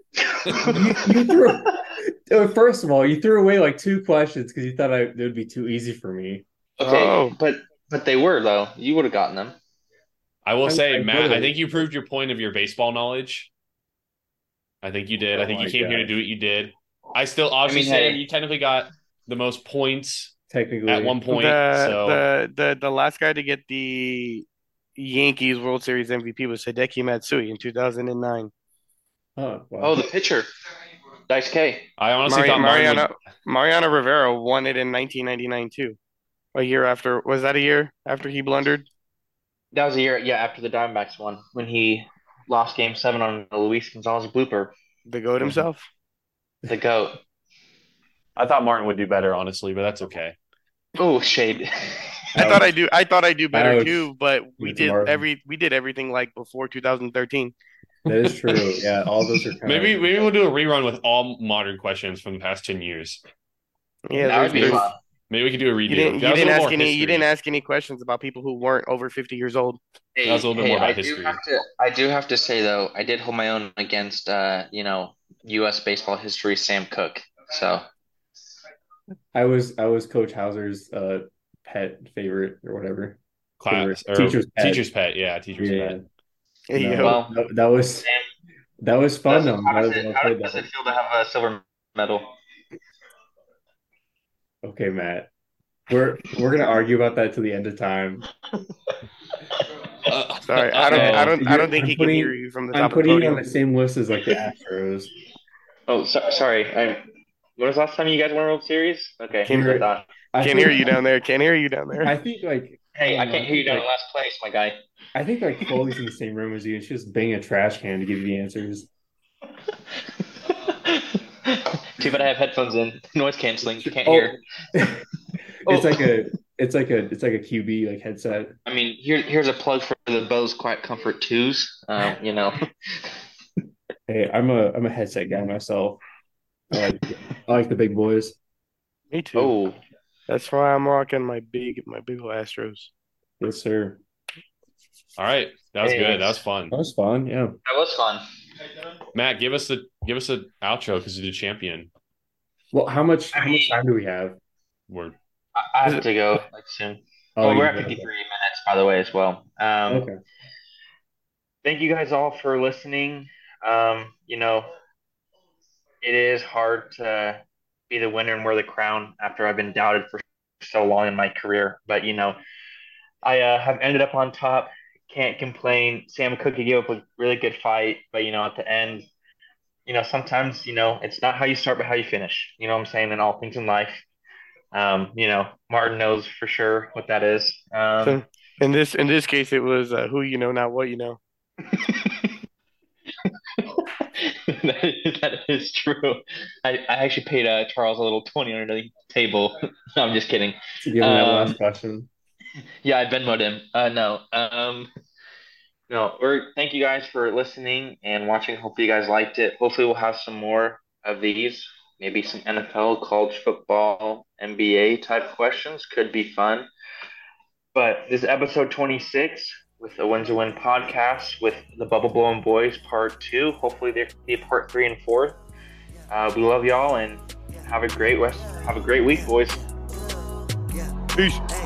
Speaker 3: You, you threw Oh, first of all, you threw away like two questions because you thought I, it would be too easy for me.
Speaker 5: Okay,
Speaker 1: Oh.
Speaker 5: but but they were though. You would have gotten them.
Speaker 2: I will
Speaker 3: I-
Speaker 2: say,
Speaker 3: I
Speaker 2: Matt, I
Speaker 3: would've.
Speaker 2: think you proved your point of your baseball knowledge. I think you did.
Speaker 3: Oh
Speaker 2: I think you
Speaker 3: my
Speaker 2: came here to
Speaker 3: gosh.
Speaker 2: do what you did. I still obviously
Speaker 5: I mean,
Speaker 2: say
Speaker 5: hey.
Speaker 2: you technically got the most points
Speaker 3: Technically,
Speaker 2: at one point.
Speaker 1: The,
Speaker 2: so
Speaker 1: the the the last guy to get the Yankees World Series MVP was Hideki Matsui in 2009.
Speaker 3: Oh, wow.
Speaker 5: Oh, the pitcher, Dice K.
Speaker 2: I honestly
Speaker 1: Mari-
Speaker 2: thought Martin was-
Speaker 1: Mariano Mariano Rivera won it in 1999 too. A year after, was that a year after he blundered?
Speaker 5: That was a year, yeah, after the Diamondbacks won when he lost Game Seven on a Luis Gonzalez blooper.
Speaker 1: The goat himself.
Speaker 5: The goat.
Speaker 2: I thought Martin would do better, honestly, but that's okay.
Speaker 5: Oh, shade.
Speaker 1: I thought I do. I thought I do better
Speaker 3: Ouch.
Speaker 1: too, but we
Speaker 3: It's
Speaker 1: did
Speaker 3: Marvin.
Speaker 1: every we did everything like before 2013.
Speaker 3: that is true. Yeah, all those are kind
Speaker 2: Maybe maybe we'll do a rerun with all modern questions from the past ten years.
Speaker 1: Yeah,
Speaker 5: that would
Speaker 1: there's-
Speaker 5: be
Speaker 1: there's-
Speaker 5: fun.
Speaker 2: Maybe we could do a redo.
Speaker 1: you didn't
Speaker 2: That
Speaker 1: you
Speaker 2: was a
Speaker 1: didn't
Speaker 2: little
Speaker 1: ask
Speaker 2: more
Speaker 1: any you
Speaker 2: history.
Speaker 1: didn't ask any questions about people who weren't over 50 years old.
Speaker 5: Hey,
Speaker 2: That was a little bit
Speaker 5: hey,
Speaker 2: more about
Speaker 5: I do
Speaker 2: history.
Speaker 5: have to, I do have to say though, I did hold my own against, uh, you know, U.S. baseball history Sam Cook. So
Speaker 3: I was I was Coach Hauser's uh, pet favorite or whatever.
Speaker 2: class or
Speaker 3: Teacher's
Speaker 2: teacher's
Speaker 3: pet.
Speaker 2: pet. yeah, teacher's
Speaker 3: Yeah,
Speaker 2: pet.
Speaker 1: There you
Speaker 3: No,
Speaker 1: go.
Speaker 5: Well-
Speaker 3: that, that was that was fun. though.
Speaker 5: how
Speaker 3: I'm
Speaker 5: does
Speaker 3: glad
Speaker 5: it,
Speaker 3: that
Speaker 5: how
Speaker 3: I played
Speaker 5: does
Speaker 3: that.
Speaker 5: it feel to have a silver medal?
Speaker 3: Okay, Matt, we're we're gonna argue about that to the end of time.
Speaker 2: Uh,
Speaker 1: Sorry, I don't I
Speaker 2: uh-oh.
Speaker 1: don't I
Speaker 3: You're-
Speaker 1: don't think
Speaker 3: I'm
Speaker 1: he
Speaker 3: putting-
Speaker 1: can hear you from the
Speaker 3: I'm
Speaker 1: top of the
Speaker 3: putting you on
Speaker 1: podium.
Speaker 3: the same list as like the Astros.
Speaker 5: Oh, so, sorry. I, when was the last time you guys won a World Series? Okay.
Speaker 1: Can't
Speaker 3: hear-
Speaker 5: I thought-
Speaker 3: I
Speaker 1: Can't
Speaker 3: think-
Speaker 1: hear you down there. Can't hear you down
Speaker 3: I
Speaker 1: there.
Speaker 3: think like
Speaker 5: Hey, I can't hear you down in last place, my guy.
Speaker 3: I think like Foley's in the same room as you, and she's just banging a trash can to give you the answers.
Speaker 5: Too bad I have headphones in. Noise canceling. You can't
Speaker 3: Oh.
Speaker 5: hear.
Speaker 3: it's like a it's like a it's like a QB like headset.
Speaker 5: Oh. I mean, here, here's a plug for the Bose Quiet Comfort 2s. Um, you know,
Speaker 3: Hey, I'm a I'm a headset guy myself. I like, I like the big boys.
Speaker 1: Me too.
Speaker 5: oh,
Speaker 1: That's why I'm rocking my big my big ol' Astros.
Speaker 3: Yes, sir.
Speaker 2: All right, that was
Speaker 5: Hey.
Speaker 2: good. That was fun.
Speaker 3: That was fun. Yeah.
Speaker 5: that was fun.
Speaker 2: Matt, give us the give us an outro because you're the champion.
Speaker 3: Well, how much
Speaker 5: I
Speaker 3: how much
Speaker 5: mean-
Speaker 3: time do we have?
Speaker 2: We're
Speaker 5: I, I have to go like soon.
Speaker 3: Oh,
Speaker 5: well,
Speaker 3: you-
Speaker 5: we're at 53 minutes, by the way, as well. Um,
Speaker 3: Okay.
Speaker 5: thank you guys all for listening. Um, you know, it is hard to be the winner and wear the crown after I've been doubted for so long in my career. But you know, I uh, have ended up on top. Can't complain. Sam Cookie gave up a really good fight, but you know, at the end, you know, sometimes you know it's not how you start, but how you finish. You know what I'm saying? In all things in life, um, you know, Martin knows for sure what that is. Um,
Speaker 1: In this in this case, it was uh, who you know, not what you know.
Speaker 5: that, is, that is true. I, I actually paid uh, Charles a little 20 under the table. No, I'm just kidding.
Speaker 3: So give me that
Speaker 5: Um,
Speaker 3: last question.
Speaker 5: Yeah, I Venmoed him. Uh, no. Um, no, we're, thank you guys for listening and watching. Hopefully, you guys liked it. Hopefully, we'll have some more of these. Maybe some NFL, college football, NBA type questions could be fun. But this is episode 26 with the Wins to Win podcast with the Bubble Blowing Boys part two. Hopefully, there could be a part three and four. Uh, we love y'all and Have a great rest. Have a great week, boys.
Speaker 1: Peace.
Speaker 4: Hey.